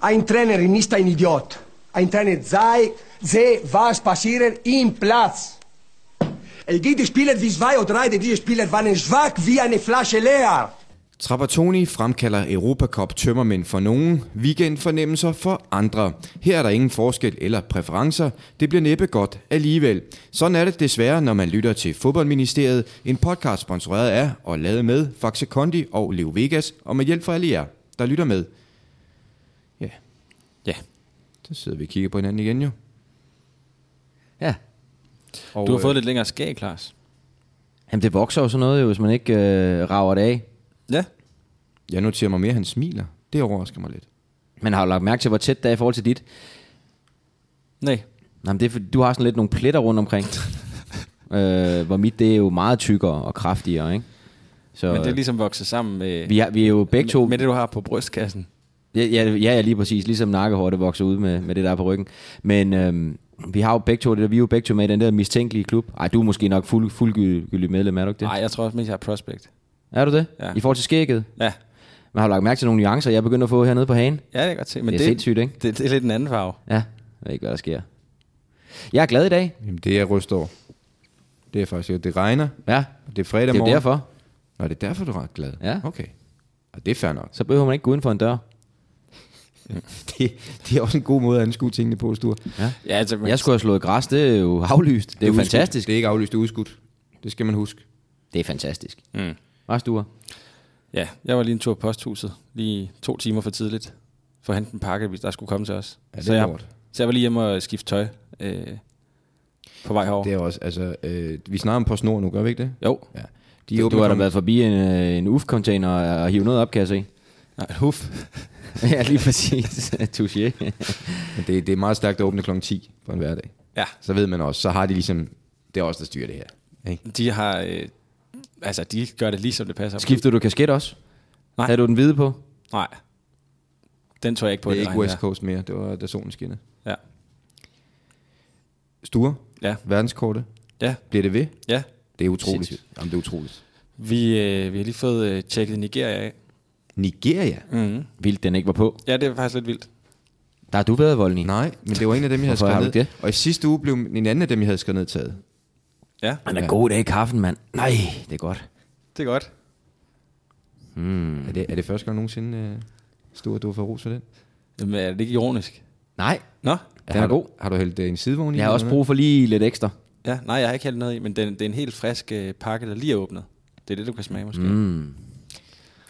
Ein Trainer ist ein Idiot. Ein Trainer sei, sehe, was passiert im Platz. Es gibt Spieler wie zwei oder drei, die diese Spieler waren schwach wie eine Flasche leer. Trapattoni fremkalder Europacup tømmermænd for nogen, weekendfornemmelser for andre. Her er der ingen forskel eller præferencer, det bliver næppe godt alligevel. Sådan er det desværre, når man lytter til Fodboldministeriet, en podcast sponsoreret af og lavet med Faxe Kondi og Leo Vegas, og med hjælp fra alle jer, der lytter med. Ja, Ja. så sidder vi og kigger på hinanden igen jo. ja. Og, Du har fået øh, lidt længere skæg, Lars. Jamen, det vokser jo sådan noget, jo, hvis man ikke øh, rager det af. Ja. øh, Jeg noterer mig mere, at han smiler. Det overrasker mig lidt. Man har jo lagt mærke til, hvor tæt det er i forhold til dit. Nej. Jamen, det er, fordi du har sådan lidt nogle pletter rundt omkring. øh, hvor mit, det er jo meget tykkere og kraftigere, ikke? Så Men det er øh, ligesom vokset sammen med, vi, er, vi er jo begge to... med, med det, du har på brystkassen. Ja, ja, ja, ja, lige præcis. Ligesom nakkehår, det vokser ud med, med det, der er på ryggen. Men øhm, vi har jo begge to, det der, vi er jo begge to med i den der mistænkelige klub. Ej, du er måske nok fuld, fuldgyldig medlem, er du ikke det? Nej, jeg tror også mest, jeg har prospect. Er du det? Ja. I forhold til skægget? Ja. Man har jo lagt mærke til nogle nuancer, jeg er begyndt at få hernede på hagen. Ja, det kan jeg godt se. Men Det er sindssygt, ikke? Det, det, er lidt en anden farve. Ja, jeg ved ikke, hvad der sker. Jeg er glad i dag. Jamen, det er jeg rystet over. Det er faktisk, at det regner. Ja, Det er fredag det er jo morgen. derfor. Nå, det er derfor, du er ret glad? Ja. Okay. Og det er fair nok. Så behøver man ikke gå uden for en dør. Det, det er også en god måde at anskue tingene på, Sture. Ja, altså, men, Jeg skulle have slået græs, det er jo aflyst. Det er, jo fantastisk. Det er ikke aflyst, det er udskudt. Det skal man huske. Det er fantastisk. Mm. Hvad stuer? ja, jeg var lige en tur på posthuset. Lige to timer for tidligt. For at hente en pakke, hvis der skulle komme til os. Ja, det så, er jeg, hårdt. så jeg var lige hjemme og skifte tøj. Øh, på vej herover. Det er også, altså, øh, vi snakker om PostNord nu, gør vi ikke det? Jo. Ja. De du, åbner du har da for- været forbi en, øh, en UF-container og, og hivet noget op, kan jeg se. Nej, huf. ja, lige præcis. Touché. Men det, det er meget stærkt at åbne kl. 10 på en hverdag. Ja. Så ved man også, så har de ligesom, det er også der styrer det her. Ikke? De har... Øh, altså, de gør det lige, som det passer. Skifter du kasket også? Nej. Havde du den hvide på? Nej. Den tog jeg ikke på. Det er i ikke regn West her. Coast mere, det var da solen skinnede. Ja. Sture, Ja. verdenskortet, Ja. bliver det ved? Ja. Det er utroligt. Sindssygt. Jamen, det er utroligt. Vi, øh, vi har lige fået øh, tjekket Nigeria af. Nigeria? Mm-hmm. Vildt, den ikke var på. Ja, det er faktisk lidt vildt. Der har du været voldelig. Nej, men det var en af dem, jeg havde Hvorfor har skrevet du ned. Og i sidste uge blev en anden af dem, jeg havde skrevet ned, taget. Ja, Han er god dag i kaffen, mand. Nej, det er godt. det er godt. Mm. Er, det, er det første gang nogensinde, øh, Sture, du har fået ros for den? Jamen, er det ikke ironisk? Nej, Nå? den har er du- god. Har du hældt øh, en sidevogn i? Jeg har eller også noget? brug for lige lidt ekstra. Ja, nej, jeg har ikke hældt noget i, men den, det er en helt frisk øh, pakke, der lige er åbnet. Det er det, du kan smage måske. Mm.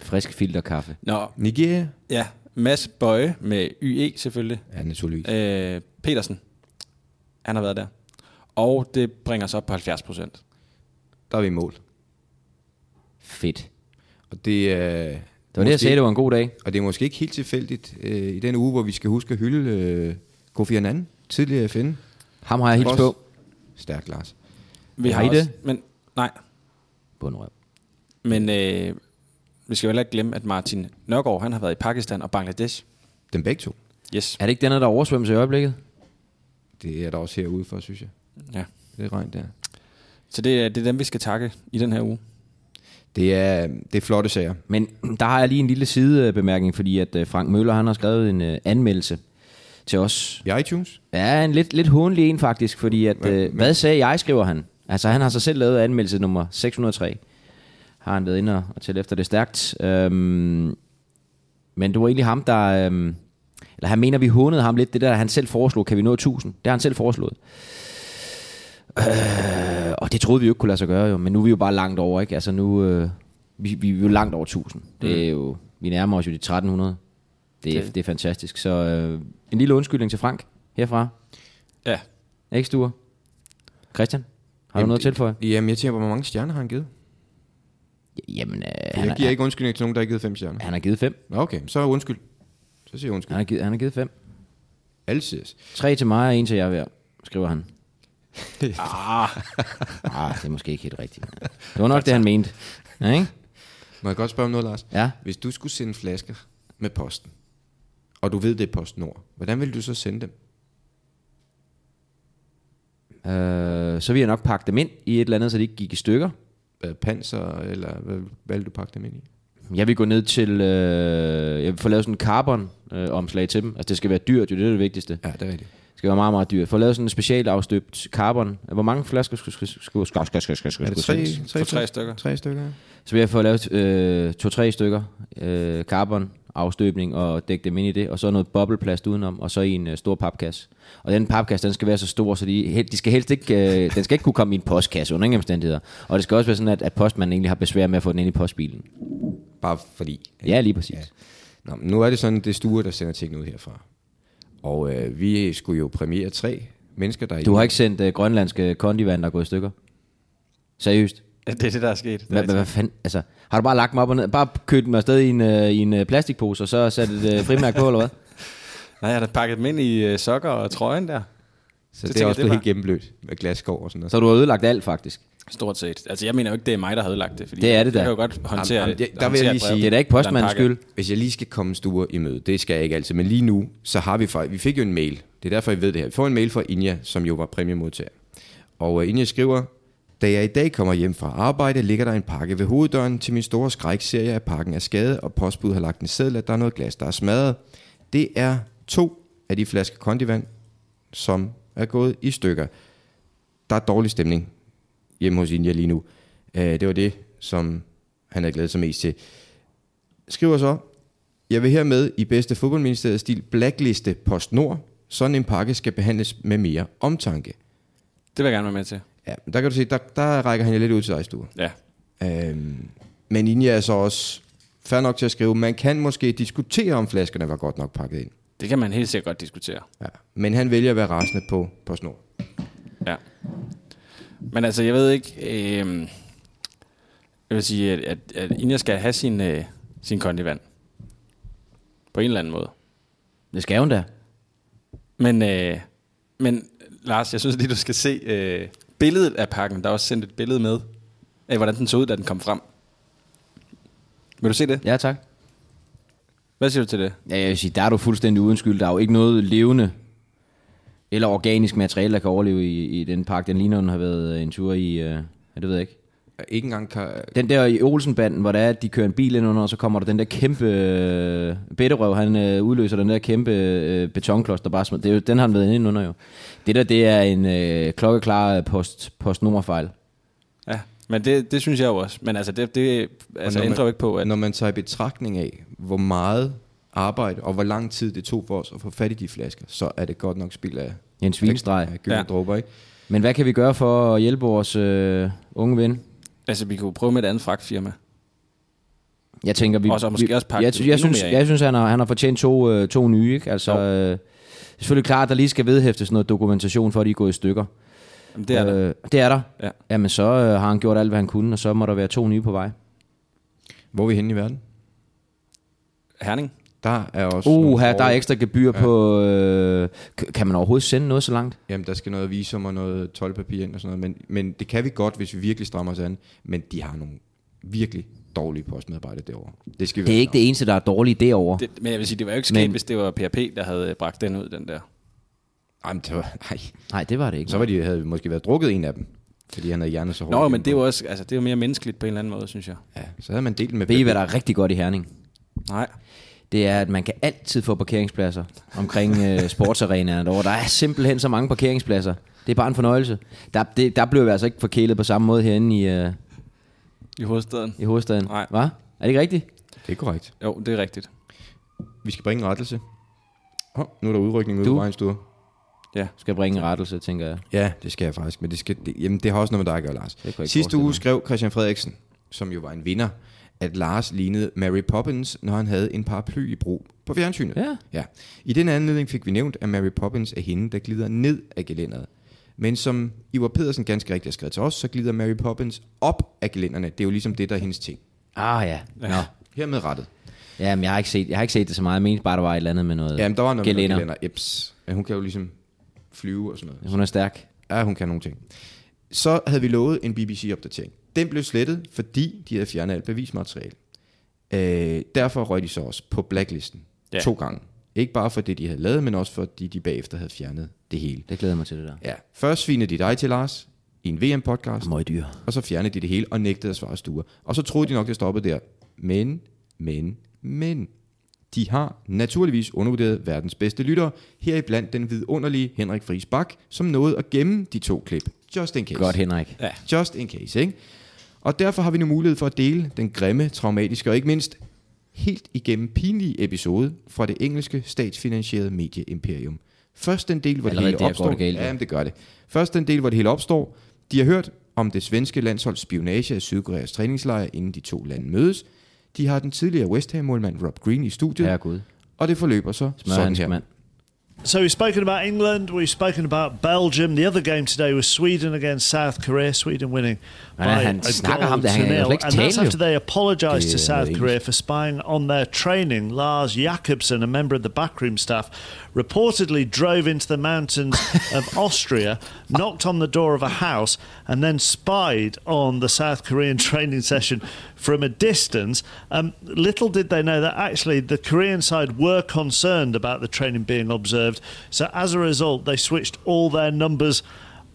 Frisk filterkaffe. Nå, Nigeria? ja. Mads Bøje med YE selvfølgelig. Ja, naturligvis. Øh. Øh, Petersen. Han har været der. Og det bringer os op på 70 procent. Der er vi i mål. Fedt. Og det, øh, det Det var det, jeg sagde, det var en god dag. Og det er måske ikke helt tilfældigt øh, i den uge, hvor vi skal huske at hylde øh, Kofi Annan, tidligere FN. Ham har jeg hilst på. Boss. Stærk, Lars. Vi Har I også, det? Men, nej, Bundrøv. men øh, vi skal jo heller ikke glemme, at Martin Nørgaard, han har været i Pakistan og Bangladesh. Dem begge to. Yes. Er det ikke den, her, der oversvømmes i øjeblikket? Det er der også herude for, synes jeg. Ja. Det er regn der. Så det, er- det er dem, vi skal takke i den her uge. Det er, øh, det er flotte sager. Men der har jeg lige en lille sidebemærkning, fordi at øh, Frank Møller han har skrevet en øh, anmeldelse til os. I iTunes? Ja, en lidt, lidt hånlig en faktisk, fordi at, øh, hvad sagde jeg, skriver han. Altså han har sig selv lavet anmeldelse nummer 603. Har han været inde og- og tælle efter det stærkt. Øhm, men det var egentlig ham, der... Øhm, eller han mener, vi hånede ham lidt. Det der, han selv foreslog, kan vi nå 1000? Det har han selv foreslået. Øh, og det troede vi jo ikke kunne lade sig gøre, jo. men nu er vi jo bare langt over, ikke? Altså nu, øh, vi, vi er jo langt over 1000. Det er jo, vi nærmer os jo de 1300. Det, er, Mm. det er fantastisk. Så øh, en lille undskyldning til Frank herfra. Ja. Ikke stuer? Christian, har du Jamen, noget at det- tilføje? Jamen, jeg tænker på, hvor mange stjerner har han givet? Jamen, øh, han, Jeg giver har, ikke undskyldning til nogen, der har givet fem stjerner. han har givet fem. Nå, okay, så undskyld. Så siger jeg undskyld. Han har givet, han har givet fem. Altid. Tre til mig og en til jer hver, skriver han. ah. ah, det er måske ikke helt rigtigt. Det var nok det, han mente. Ja, ikke? Må jeg godt spørge om noget, Lars? Ja. Hvis du skulle sende flasker med posten, og du ved, det er PostNord, hvordan vil du så sende dem? Øh, så vil jeg nok pakke dem ind i et eller andet, så de ikke gik i stykker. Øh, Panser, eller hvad valgte du pakke dem ind i? Jeg vil gå ned til... Øh, jeg vil få lavet sådan en carbon-omslag til dem. Altså, det skal være dyrt, jo. Det er det vigtigste. Ja, det er rigtigt. Det skal være meget, meget dyrt. Få lavet sådan en specialafstøbt carbon. Hvor mange flasker skulle... skulle, skulle, skulle, skulle, skulle, skulle, Er skulle det tre, sendes? For tre stykker. Tre stykker, ja. Så vil jeg få lavet øh, to-tre stykker øh, carbon afstøbning og dække dem ind i det, og så noget bobleplast udenom, og så i en øh, stor papkasse. Og den papkasse, den skal være så stor, så de, hel- de skal helst ikke, øh, den skal ikke kunne komme i en postkasse under ingen omstændigheder. Og det skal også være sådan, at, at postmanden egentlig har besvær med at få den ind i postbilen. Bare fordi. Ja, lige præcis. Ja. Nå, men nu er det sådan, det er Sture, der sender tingene ud herfra. Og øh, vi skulle jo premiere tre mennesker, der Du har ikke sendt øh, grønlandske kondivand, der er gået i stykker? Seriøst? Ja, det er det, der er sket. Hvad, hvad, hvad fanden? Altså, har du bare lagt dem op og ned? Bare købt dem afsted i en, øh, i en øh, plastikpose, og så sat et øh, frimærke på, eller hvad? Nej, jeg har da pakket dem ind i øh, sokker og trøjen der. Så det, det tænker er jeg, også det blevet var- helt gennemblødt med glasskår og sådan noget. Så du har ødelagt alt, faktisk. Stort set. Altså, jeg mener jo ikke, det er mig, der har ødelagt det. Fordi Det er det da. Jeg kan jo godt håndtere Jamen, jamen, det- der vil jeg håndtere lige sige- brevet. Det er da ikke postmandens Der er en pakke. skyld. Hvis jeg lige skal komme Sture i møde, det skal jeg ikke altid, men lige nu, så har vi faktisk, vi fik jo en mail, det er derfor, I ved det her. Vi får en mail fra Inja, som jo var præmiemodtager. Og uh, Inja skriver, da jeg i dag kommer hjem fra arbejde, ligger der en pakke ved hoveddøren. Til min store skræk ser jeg, at pakken er skadet, og postbud har lagt en seddel, at der er noget glas, der er smadret. Det er to af de flasker kondivand, som er gået i stykker. Der er dårlig stemning hjemme hos Inja lige nu. Uh, det var det, som han havde glædet sig mest til skriver så, jeg vil hermed i bedste fodboldministeriets stil blackliste PostNord. Sådan en pakke skal behandles med mere omtanke. Det vil jeg gerne være med til. Ja, men der kan du se, der, der rækker han jo lidt ud til dig, Sture. Ja. Øhm, men Inja er så også fair nok til at skrive, man kan måske diskutere, om flaskerne var godt nok pakket ind. Det kan man helt sikkert godt diskutere. Ja. Men han vælger at være rasende på PostNord. Ja. Men altså, jeg ved ikke... Øh, jeg vil sige, at, at, at Inja skal have sin, øh, sin kondivand. På en eller anden måde. Det skal hun da. Men, øh, men Lars, jeg synes lige, du skal se øh, billedet af pakken. Der er også sendt et billede med af, hvordan den så ud, da den kom frem. Vil du se det? Ja, tak. Hvad siger du til det? Ja, jeg vil sige, der er du fuldstændig uden skyld. Der er jo ikke noget levende eller organisk materiale, der kan overleve i, i den park. Den ligner, den har været en tur i... Øh, ja, det ved jeg ikke. Ikke engang kan... Den der i Olsenbanden, hvor der er, at de kører en bil ind under, og så kommer der den der kæmpe... Øh, Bitterøv, han øh, udløser den der kæmpe øh, betonklods, der bare smed. Det er jo, den har han været inde under jo. Det der, det er en øh, klokkeklar øh, post, postnummerfejl. Ja, men det, det synes jeg jo også. Men altså, det, det altså, når man- ændrer jo ikke på, at Når man tager i betragtning af, hvor meget arbejde og hvor lang tid det tog for os at få fat i de flasker, så er det godt nok spild af, En svinestreg. af gyldne ja. Ja. dråber, ikke? Men hvad kan vi gøre for at hjælpe vores øh, unge ven? altså, vi kunne prøve med et andet fragtfirma. Jeg tænker, vi... Og så måske vi, også pakke jeg, det jeg, jeg, endnu synes, mere ind. jeg synes, han har, han har fortjent to, øh, to nye, ikke? Altså, øh, det er selvfølgelig klart, at der lige skal vedhæftes noget dokumentation, for at de er gået i stykker. Jamen, det er øh, Øh, det er der. Ja. Jamen, så øh, har han gjort alt, hvad han kunne, og så må der være to nye på vej. Hvor er vi henne i verden? Herning. Der er også... Uh, nogle her, der er forhold. ekstra gebyr ja. på... Øh, k- kan man overhovedet sende noget så langt? Jamen, der skal noget visum og noget tolvpapir ind og sådan noget. Men, men det kan vi godt, hvis vi virkelig strammer os an. Men de har nogle virkelig dårlige postmedarbejdere derovre. Det skal vi Det er ikke det eneste, der er dårligt derovre. Det. Det, men jeg vil sige, det var jo ikke sket, Men- men, hvis det var PRP, der havde øh, bragt den ud, den der. Jamen, det var, nej. Nej, det var det ikke. Så var de, havde vi måske været drukket en af dem, fordi han havde hjernet så hårdt. Nå, men igennem. det var også, altså, det var mere menneskeligt på en eller anden måde, synes jeg. Ja, så havde man delt den med Ved I, Peppe. hvad der er rigtig godt i Herning? Nej. det er, at man kan altid få parkeringspladser omkring øh, sportsarenaerne derovre. Der er simpelthen så mange parkeringspladser. Det er bare en fornøjelse. Der, det, der bliver vi altså ikke forkælet på samme måde herinde i, øh, I hovedstaden. i hovedstaden. Nej. Hva? Er det ikke rigtigt? Det er korrekt. Jo, det er rigtigt. Vi skal bringe en rettelse. Oh, nu er der udrykning ude Du? på vejen, Sture. Ja. Du skal bringe en rettelse, tænker jeg. Ja, det skal jeg faktisk, men det, skal, det, jamen, det har også noget med dig at gøre, Lars. jeg ikke Sidste forestille uge mig. skrev Christian Frederiksen, som jo var en vinder, at Lars lignede Mary Poppins, når han havde en paraply i brug på fjernsynet. Ja. ja. I den anledning fik vi nævnt, at Mary Poppins er hende, der glider ned af gelænderet. Men som Ivar Pedersen ganske rigtigt har skrevet til os, så glider Mary Poppins op af gelænderne. Det er jo ligesom det, der er hendes ting. Ah ja. Nå. Hermed rettet. Ja, men jeg har ikke set, jeg har ikke set det så meget. Jeg mente bare, der var et eller andet med noget Jamen, der var noget gelænder. med gelænder. Eps. Men hun kan jo ligesom flyve og sådan noget. Hun er stærk. Ja, hun kan nogle ting. Så havde vi lovet en BBC-opdatering. Den blev slettet, fordi de havde fjernet alt bevismateriale. Øh, derfor røg de så også på blacklisten ja. Ja. to gange. Ikke bare for det, de havde lavet, men også fordi de bagefter havde fjernet det hele. Det glæder jeg mig til, det der. Ja. Først svinede de dig til, Lars, i en VM-podcast, Møg dyr. og så fjernede de det hele og nægtede at svare stuer. Og så troede de nok, det stoppede der. Men men, men. De har naturligvis undervurderet verdens bedste lyttere, heriblandt den vidunderlige Henrik Friis Bak, som nåede at gemme de to klip. Just in case. Godt, Henrik. Ja. Just in case, ikke? Og derfor har vi nu mulighed for at dele den grimme, traumatiske og ikke mindst helt igennem pinlige episode fra det engelske statsfinansierede medieimperium. Først den del, hvor Allerede det der hele går opstår. det galt, ja. ja, jamen, det gør det. Først den del, hvor det hele opstår. De har hørt om det svenske landsholds spionage af Sydkoreas træningslejr, inden de to lande mødes. De har den tidligere West Ham-målmand Rob Green i studiet. Ja, gud. Og det forløber så sådan Mørens her. mand. So we've spoken about England, we've spoken about Belgium. The other game today was Sweden against South Korea. Sweden winning Ja, by han a snakker goal ham, der to hænger jo nil. slet ikke And tale, that's jo. after they apologised Det to er South engelsk. Korea for spying on their training. Lars Jakobsen, a member of the backroom staff, reportedly drove into the mountains of Austria, knocked on the door of a house, and then spied on the South Korean training session from a distance. Um, little did they know that actually the Korean side were concerned about the training being observed. So as a result, they switched all their numbers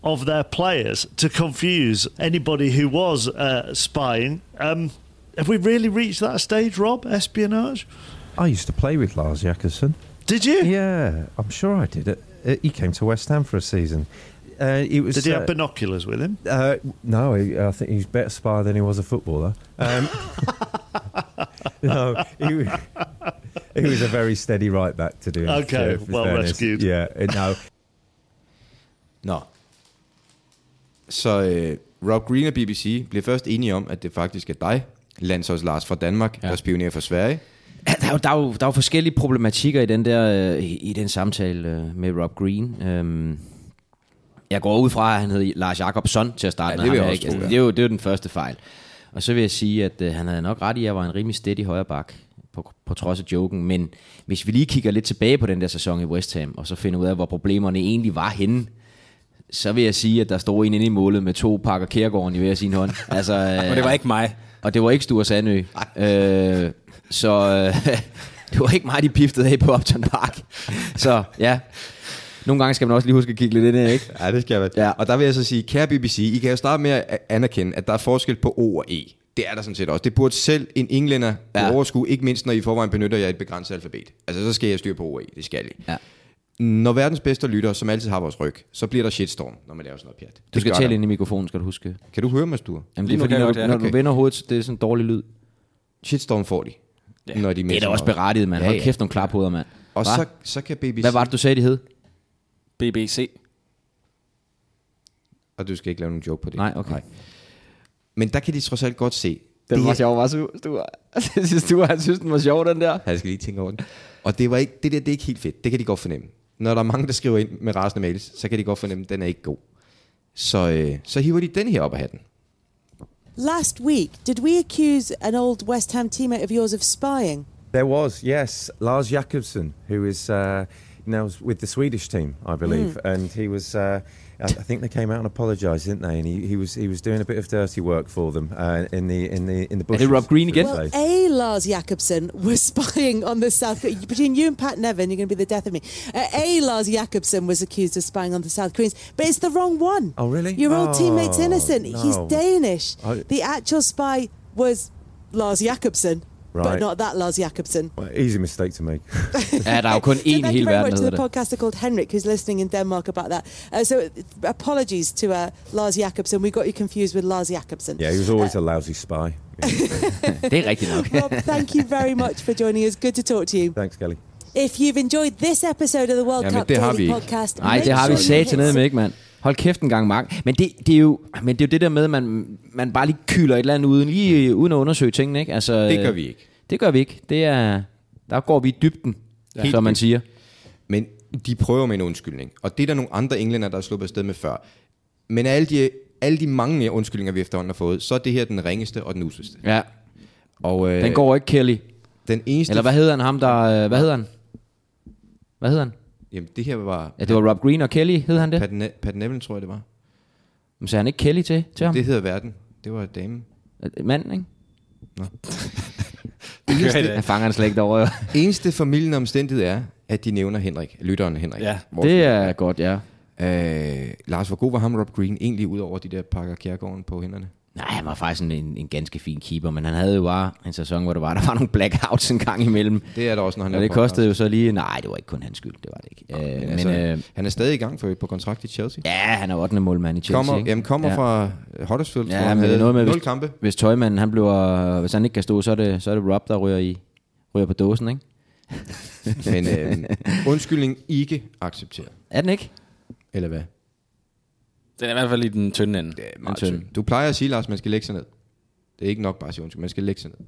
of their players to confuse anybody who was uh, spying. Um, have we really reached that stage, Rob? Espionage? I used to play with Lars Jakobsen. Did you? Yeah, I'm sure I did. It, uh he came to West Ham for a season. Uh, it was. Did he uh, have binoculars with him? uh, no, he, I think he's better spy than he was a footballer. Um, no, he, wa- he was a very steady right back to do. it, Okay, uh, for well rescued. Yeah, uh, no, Nå. Så øh, Rob Green og BBC bliver først enige om, at det faktisk er dig, landsholds Lars fra Danmark, ja. der spionerer for Sverige. Ja, Der er, jo, der, er jo, der er jo forskellige problematikker i den der øh, i i den samtale øh, med Rob Green. Øhm, jeg går ud fra, at han hed Lars Jacobson til at starte Ja, med. det vil Ham jeg er også ikke- altså, tro, ja. det, er jo, det er jo den første fejl. Og så vil jeg sige, at øh, han havde nok ret i, at jeg var en rimelig steady højre bak, på, på trods af joken. Men hvis vi lige kigger lidt tilbage på den der sæson i West Ham, og så finder ud af, hvor problemerne egentlig var henne, så vil jeg sige, at der stod en inde i målet med to pakker Kærgården i hver sin hånd. Altså, øh, Og det var ikke mig. og det var ikke Sture Sandø. Øh, så øh, det var ikke mig, de piftede af på Upton Park. Så ja, nogle gange skal man også lige huske at kigge lidt ind, ikke? Ja, det skal jeg. Ja. Ja. Og der vil jeg så sige, kære BBC, I kan jo starte med at anerkende, at der er forskel på O og E. Det er der sådan set også. Det burde selv en englænder ja. Ja. overskue, ikke mindst når I i forvejen benytter jer af et begrænset alfabet. Altså, så skal jeg styre på O og E. Det skal I. Ja. Når verdens bedste lytter, som altid har vores ryg, så bliver der shitstorm, når man laver sådan noget pjat. Du Det skal gør tale der. ind i mikrofonen, skal du huske. Kan du høre mig, Sture? Jamen, Lige det er nu fordi, kan jeg når, godt, ja. når du Okay. vender hovedet, så det er sådan en dårlig lyd. Shitstorm får de. Ja. Når de Det er da også berettiget, mand. Ja, Hold ja. kæft, nogle klaphoveder, mand. Og Hva? så, så kan BBC... Hvad var det, du sagde, de hed? BBC. Og du skal ikke lave nogen joke på det. Nej, okay. Men der kan de trods alt godt se. Den det var her, sjov, var Sture. Synes du, han synes, den var sjov, den der? jeg skal lige tænke over det. Og det, var ikke, det der, det er ikke helt fedt. Det kan de godt fornemme. Når der er mange, der skriver ind med rasende mails, så kan de godt fornemme, at den er ikke god. Så, øh, så hiver de den her op af hatten. Last week, did we accuse an old West Ham teammate of yours of spying? there was yes, Lars Jakobsen, who is uh, now is with the Swedish team, I believe, and he was. Uh, I I think they came out and apologised, didn't they? And he, he was he was doing a bit of dirty work for them uh, in the in the in the it bushes. Rob Green again? shall we Well, say. A. Lars Jakobsen was spying on the South Koreans. Between you and Pat Nevin, you're going to be the death of me. Uh, A. Lars Jakobsen was accused of spying on the South Koreans, but it's the wrong one. Oh, really? Your old Oh, teammate's innocent. He's no. Danish. I- The actual spy was Lars Jakobsen, but Right. not that Lars Jakobsen. Well, easy mistake to make. Ja, der er jo kun So én i thank you hele very verden, much der hedder to the det. podcaster called Henrik, who's listening in Denmark about that. Uh, so apologies to uh, Lars Jakobsen. We got you confused with Lars Jakobsen. yeah, he was always a lousy spy. Yeah. Det er rigtigt nok. Rob, thank you very much for joining us. Good to talk to you. Thanks, Kelly. If you've enjoyed this episode of the World Ja, men Cup det har Daily vi ikke. podcast, Nej, det har vi sat til ned med, ikke mand? Hold kæft en gang, Mark. Men det, det, er jo, men det er jo det der med, at man, man bare lige kyler et eller andet uden, lige, øh, uden at undersøge tingene, ikke? Altså, Det gør vi ikke. Det gør vi ikke. Det er, der går vi i dybden, ja. Helt som man dybt. siger. Men de prøver med en undskyldning. Og det er der nogle andre englænder, der er sluppet afsted med før. Men af alle de, alle de mange undskyldninger, vi efterhånden har fået, så er det her den ringeste og den useste. Ja, Og øh, den går ikke, Kelly. den eneste... Eller hvad hedder han ham, der... øh, Hvad hedder han? Hvad hedder han? Jamen, det her var... Ja, det var Rob Green og Kelly, hed han det? Pat, ne- Pat Neville, tror jeg, det var. Men sagde han ikke Kelly til, til ham? Det hedder verden. Det var damen. Det. Manden, ikke? Det gør jeg da Han ikke. fanger han slet ikke derovre. jo. Eneste familien omstændighed er, at de nævner Henrik, lytteren Henrik. Ja. Vores Det er godt, ja. lytter. Øh, Lars, hvor god var ham Rob Green egentlig ud over de der pakker kærgården på hænderne? Nej, han var faktisk en, en, en ganske fin keeper, men han havde jo bare en sæson, hvor der var, der var nogle blackouts en gang imellem. Det er der også, når han og er det på kostede jo så lige... Nej, det var ikke kun hans skyld, det var det ikke. Øh, Men, men altså, øh, han er stadig i gang for på kontrakt i Chelsea. ja, han er 8. målmand i Chelsea. kommer, ikke? jamen, kommer ja. ja. fra øh, Huddersfield, ja, Ja, han men det havde er noget med, nul hvis, kampe. hvis tøjmanden, han bliver, hvis han ikke kan stå, så er det, så er det Rob, der ryger, i, ryger på dåsen, ikke? Men øh, undskyldning ikke accepteret. Er den ikke? Eller hvad? Den er i hvert fald i den tynde ende. Det er meget tyndt. Du plejer at sige, Lars, man skal lægge sig ned. Det er ikke nok bare at sige undskyld, man skal lægge sig ned.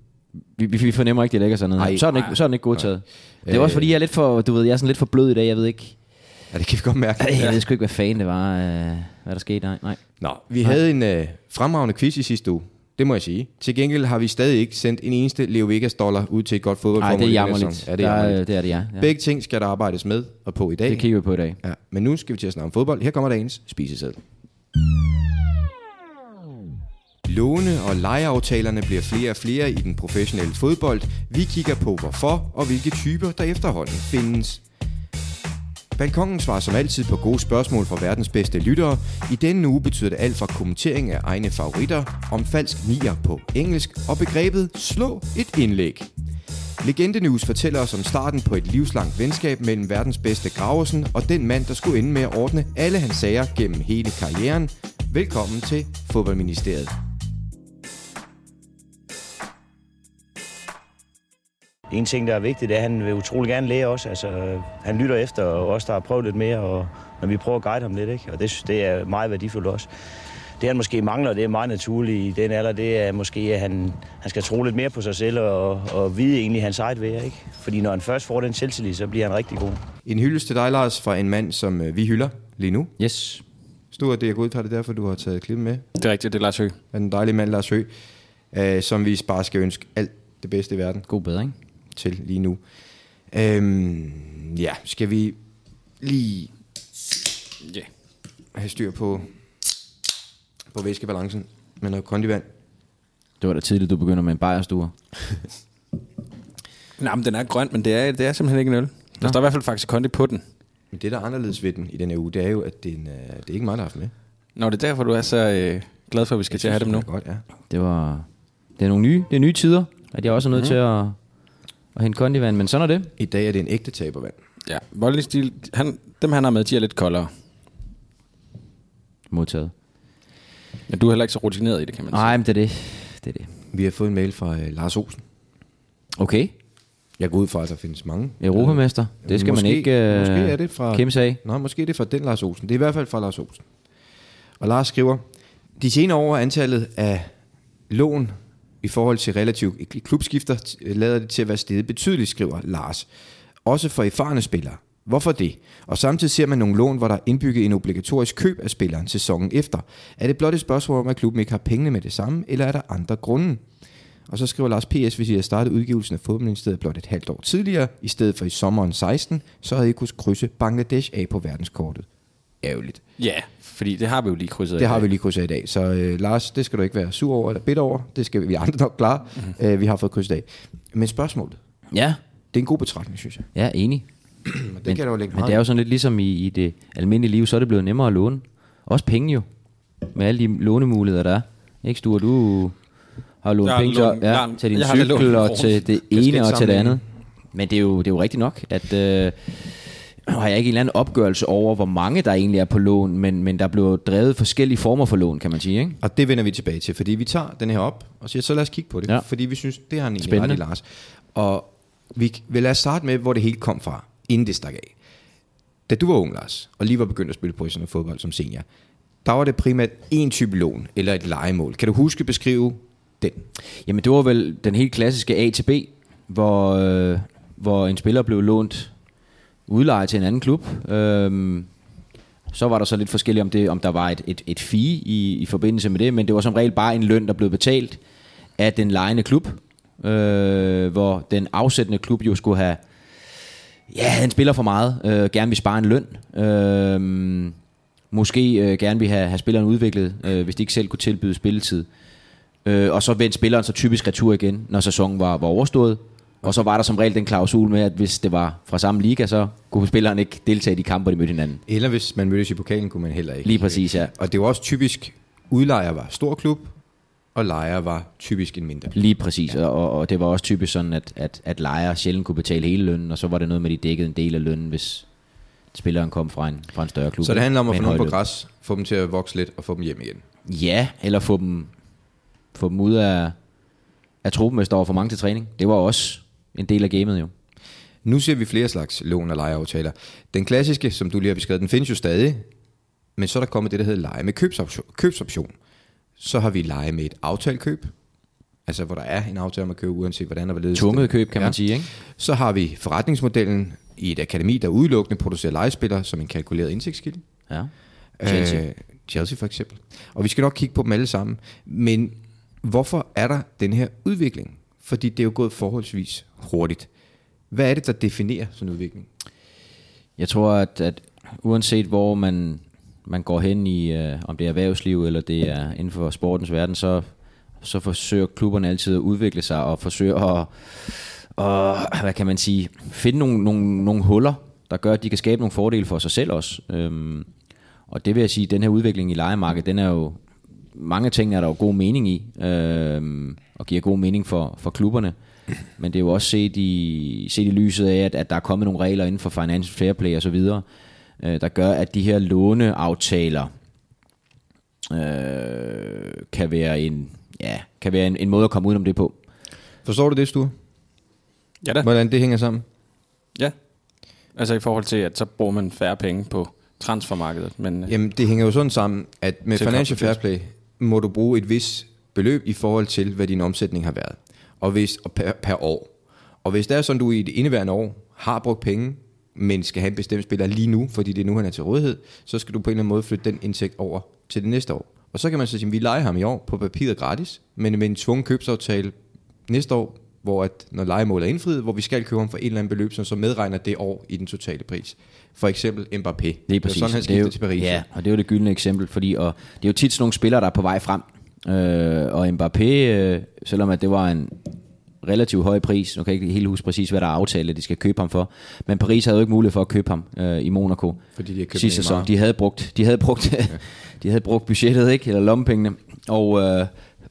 Vi, vi vi fornemmer ikke, det ligger sådan noget. Nej. Øh. her. Så er den ikke, så er den ikke godtaget. Det er også fordi, jeg er lidt for, du ved, jeg er sådan lidt for blød i dag, jeg ved ikke. Ja, det kan vi godt mærke. Jeg ved sgu ikke, hvad fanden det var, øh, hvad der skete. Nej, nej. Nå, vi havde en øh, fremragende quiz i sidste uge. Det må jeg sige. Til gengæld har vi stadig ikke sendt en eneste Leo Vegas dollar ud til et godt Nej, fodboldformål. det er i den her jammerligt. sæson. Ja, det er jammerligt. Der, øh, det er det, ja. ja. Begge ting skal der arbejdes med og på i dag. Det kigger vi på i dag. Ja, men nu skal vi til at snakke om fodbold. Her kommer dagens spiseseddel. Låne- og lejeaftalerne bliver flere og flere i den professionelle fodbold. Vi kigger på hvorfor og hvilke typer, der efterhånden findes. Balkongen svarer som altid på gode spørgsmål fra verdens bedste lyttere. I denne uge betyder det alt fra kommentering af egne favoritter, om falsk nier på engelsk og begrebet slå et indlæg. Legende News fortæller os om starten på et livslangt venskab mellem verdens bedste Graversen og den mand, der skulle ende med at ordne alle hans sager gennem hele karrieren. Velkommen til Fodboldministeriet. En ting, der er vigtigt, det er, at han vil utrolig gerne lære os. Altså, øh, han lytter efter os, der har prøvet lidt mere, og når vi prøver at guide ham lidt. Ikke? Og det, synes- det er meget værdifuldt også. Det, han måske mangler, det er meget naturligt i den alder, det er måske, at han, han skal tro lidt mere på sig selv og, og vide egentlig hans eget værd. Ikke? Fordi når han først får den selvtillid, så bliver han rigtig god. En hyldest til dig, Lars, fra en mand, som øh, vi hylder lige nu. Yes. Stuart, det er godt, det er derfor, du har taget klippen med. Det er rigtigt, det er Lars Høgh. Af den dejlige mand, Lars Høgh, øh, som vi bare skal ønske alt det bedste i verden God bedring. til lige nu. Øhm, ja, skal vi lige Ja. Yeah. have styr på, på væskebalancen med noget kondivand? Det var da tidligt, du begynder med en bajerstue. Nej, men den er grøn, men det er, det er simpelthen ikke en øl. Der står i hvert fald faktisk kondi på den. Men det, der er anderledes ved den i den her uge, det er jo, at det er, en, øh, det er ikke mig, der har haft med. Nå, det er derfor, du er så øh, glad for, at vi skal til at have dem nu. Det er godt, ja. Det var... Det er nogle nye, det er nye tider, at jeg også er nødt mm. Mhm. til at, at hente kondivand, men sådan er det. I dag er det en ægte tabervand. Ja, voldelig stil. Han, dem, han har med, de er lidt koldere. Modtaget. Men du er heller ikke så rutineret i det, kan man sige. Nej, men det er det. Det er det. Vi har fået en mail fra øh, Lars Olsen. Okay, Jeg går ud fra, at der findes mange. øh, europamester. Det skal måske, man ikke øh, måske er det fra, kæmpe sig af. Nej, måske er det fra den Lars Olsen. Det er i hvert fald fra Lars Olsen. Og Lars skriver, de senere år er antallet af lån i forhold til relativt klubskifter t- lader det til at være steget betydeligt, skriver Lars. Også for erfarne spillere. Hvorfor det? Og samtidig ser man nogle lån, hvor der er indbygget en obligatorisk køb af spilleren sæsonen efter. Er det blot et spørgsmål om, at klubben ikke har pengene med det samme, eller er der andre grunde? Og så skriver Lars P.S., hvis I havde startet udgivelsen af Fodboldministeriet blot et halvt år tidligere, i stedet for i sommeren 16, så havde I kunnet krydse Bangladesh af på verdenskortet. Ærgerligt. Ja, fordi det har vi jo lige krydset. Det af. har vi lige krydset af i dag. Så øh, Lars, det skal du ikke være sur over eller bidt over. Det skal vi andre nok klare. Mm-hmm. Øh, vi har fået krydset af. Men spørgsmålet, Ja, det er en god betragtning, synes jeg. ja, enig. Men det kan der jo lægge Men meget det er jo sådan lidt ligesom i, i det almindelige liv, så er det blevet nemmere at låne. Også penge jo. Med alle de lånemuligheder, der er. Ikke, Sture? Du har lånt Jeg har penge til, lånt- ja, jeg- til din jeg har da lånt cykel og en til det Jeg skal ene ikke og til det sammenligne. andet. Men det er jo, det er jo rigtigt nok, at... Øh, nu har jeg ikke en eller anden opgørelse over, hvor mange der egentlig er på lån, men, men der bliver drevet forskellige former for lån, kan man sige. Ikke? Og det vender vi tilbage til, fordi vi tager den her op og siger, så lad os kigge på det. Ja. Ja. Fordi vi synes, det har han egentlig Spændende. ret i, Lars. Og vi vil lad os starte med, hvor det hele kom fra, inden det stak af. Da du var ung, Lars, og lige var begyndt at spille professionel fodbold som senior, der var det primært en type lån eller et legemål. Kan du huske at beskrive den? Jamen det var vel den helt klassiske A til B, hvor, øh, hvor en spiller blev lånt udlejet til en anden klub. Øhm, så var der så lidt forskelligt om, det, om der var et, et, et fee i, i forbindelse med det, men det var som regel bare en løn, der blev betalt af den lejende klub, øh, hvor den afsættende klub jo skulle have Ja, han spiller for meget. Øh, gerne vil spare en løn. Øh, måske øh, gerne vil have, have spilleren udviklet, øh, hvis de ikke selv kunne tilbyde spilletid. Øh, og så vendte spilleren så typisk retur igen, når sæsonen var, var overstået. Og så var der som regel den klausul med, at hvis det var fra samme liga, så kunne spilleren ikke deltage i de kampe, hvor de mødte hinanden. Eller hvis man mødtes i pokalen, kunne man heller ikke. Lige præcis, ja. Og det var også typisk, udlejer var stor klub, og lejer var typisk en mindre. Lige præcis, ja. og, og det var også typisk sådan, at, at, at lejere sjældent kunne betale hele lønnen, og så var det noget med, at de dækkede en del af lønnen, hvis spilleren kom fra en, fra en større klub. Så det handler om at med få en nogen høj på løn. græs, få dem til at vokse lidt og få dem hjem igen. Ja, eller få dem, få dem ud af, af truppen, hvis der var for mange til træning. Det var også en del af gamet jo. Nu ser vi flere slags lån- og lejeaftaler. Den klassiske, som du lige har beskrevet, den findes jo stadig, men så er der kommet det, der hedder leje med købsoption. købsoption. Så har vi leje med et aftalekøb, altså hvor der er en aftale om at købe, uanset hvordan og hvorledes. Tvunget køb, kan ja. man sige, ikke? Så har vi forretningsmodellen i et akademi, der udelukkende producerer legespillere som en kalkuleret indtægtskilde. Ja. Chelsea. Chelsea. Øh, Chelsea for eksempel. Og vi skal nok kigge på dem alle sammen. Men hvorfor er der den her udvikling? Fordi det er jo gået forholdsvis hurtigt. Hvad er det, der definerer sådan en udvikling? Jeg tror, at, at uanset hvor man, man går hen i, øh, om det er erhvervsliv eller det er inden for sportens verden, så, så forsøger klubberne altid at udvikle sig og forsøger at, og, hvad kan man sige, finde nogle, nogle, nogle huller, der gør, at de kan skabe nogle fordele for sig selv også. Øhm, og det vil jeg sige, at den her udvikling i legemarkedet, den er jo, mange af tingene er der jo god mening i, øhm, og giver god mening for, for klubberne. Men det er jo også set i, set i lyset af, at, at der er kommet nogle regler inden for financial fair play og så videre, øh, der gør, at de her låneaftaler øh, kan være en, ja, kan være en, en måde at komme udenom det på. Forstår du det, Sture? Ja da. Hvordan det hænger sammen? Ja. Altså i forhold til, at så bruger man færre penge på transfermarkedet. Men øh, Jamen, det hænger jo sådan sammen, at med Til Financial Fair kapital. Play må du bruge et vis beløb i forhold til, hvad din omsætning har været og hvis, og per, per år. Og hvis det er sådan, du i det indeværende år har brugt penge, men skal have en bestemt spiller lige nu, fordi det er nu, han er til rådighed, så skal du på en eller anden måde flytte den indtægt over til det næste år. Og så kan man så sige, at vi leger ham i år på papiret gratis, men med en tvungen købsaftale næste år, hvor at, når legemålet er indfriet, hvor vi skal købe ham for et eller andet beløb, som så medregner det år i den totale pris. For eksempel Mbappé. Det er var præcis. sådan, han Det er jo, skiftede til Paris. Ja, og det er jo det gyldne eksempel, fordi og det er jo tit sådan nogle spillere, der er på vej frem. Øh, og Mbappé, øh, selvom at det var en relativt høj pris, nu kan jeg ikke helt huske præcis, hvad der er aftalt, at de skal købe ham for, men Paris havde jo ikke mulighed for at købe ham øh, i Monaco Fordi de har købt sidste Neymar. sæson. De havde brugt, de havde brugt, de havde brugt budgettet, ikke? eller lommepengene, og, øh,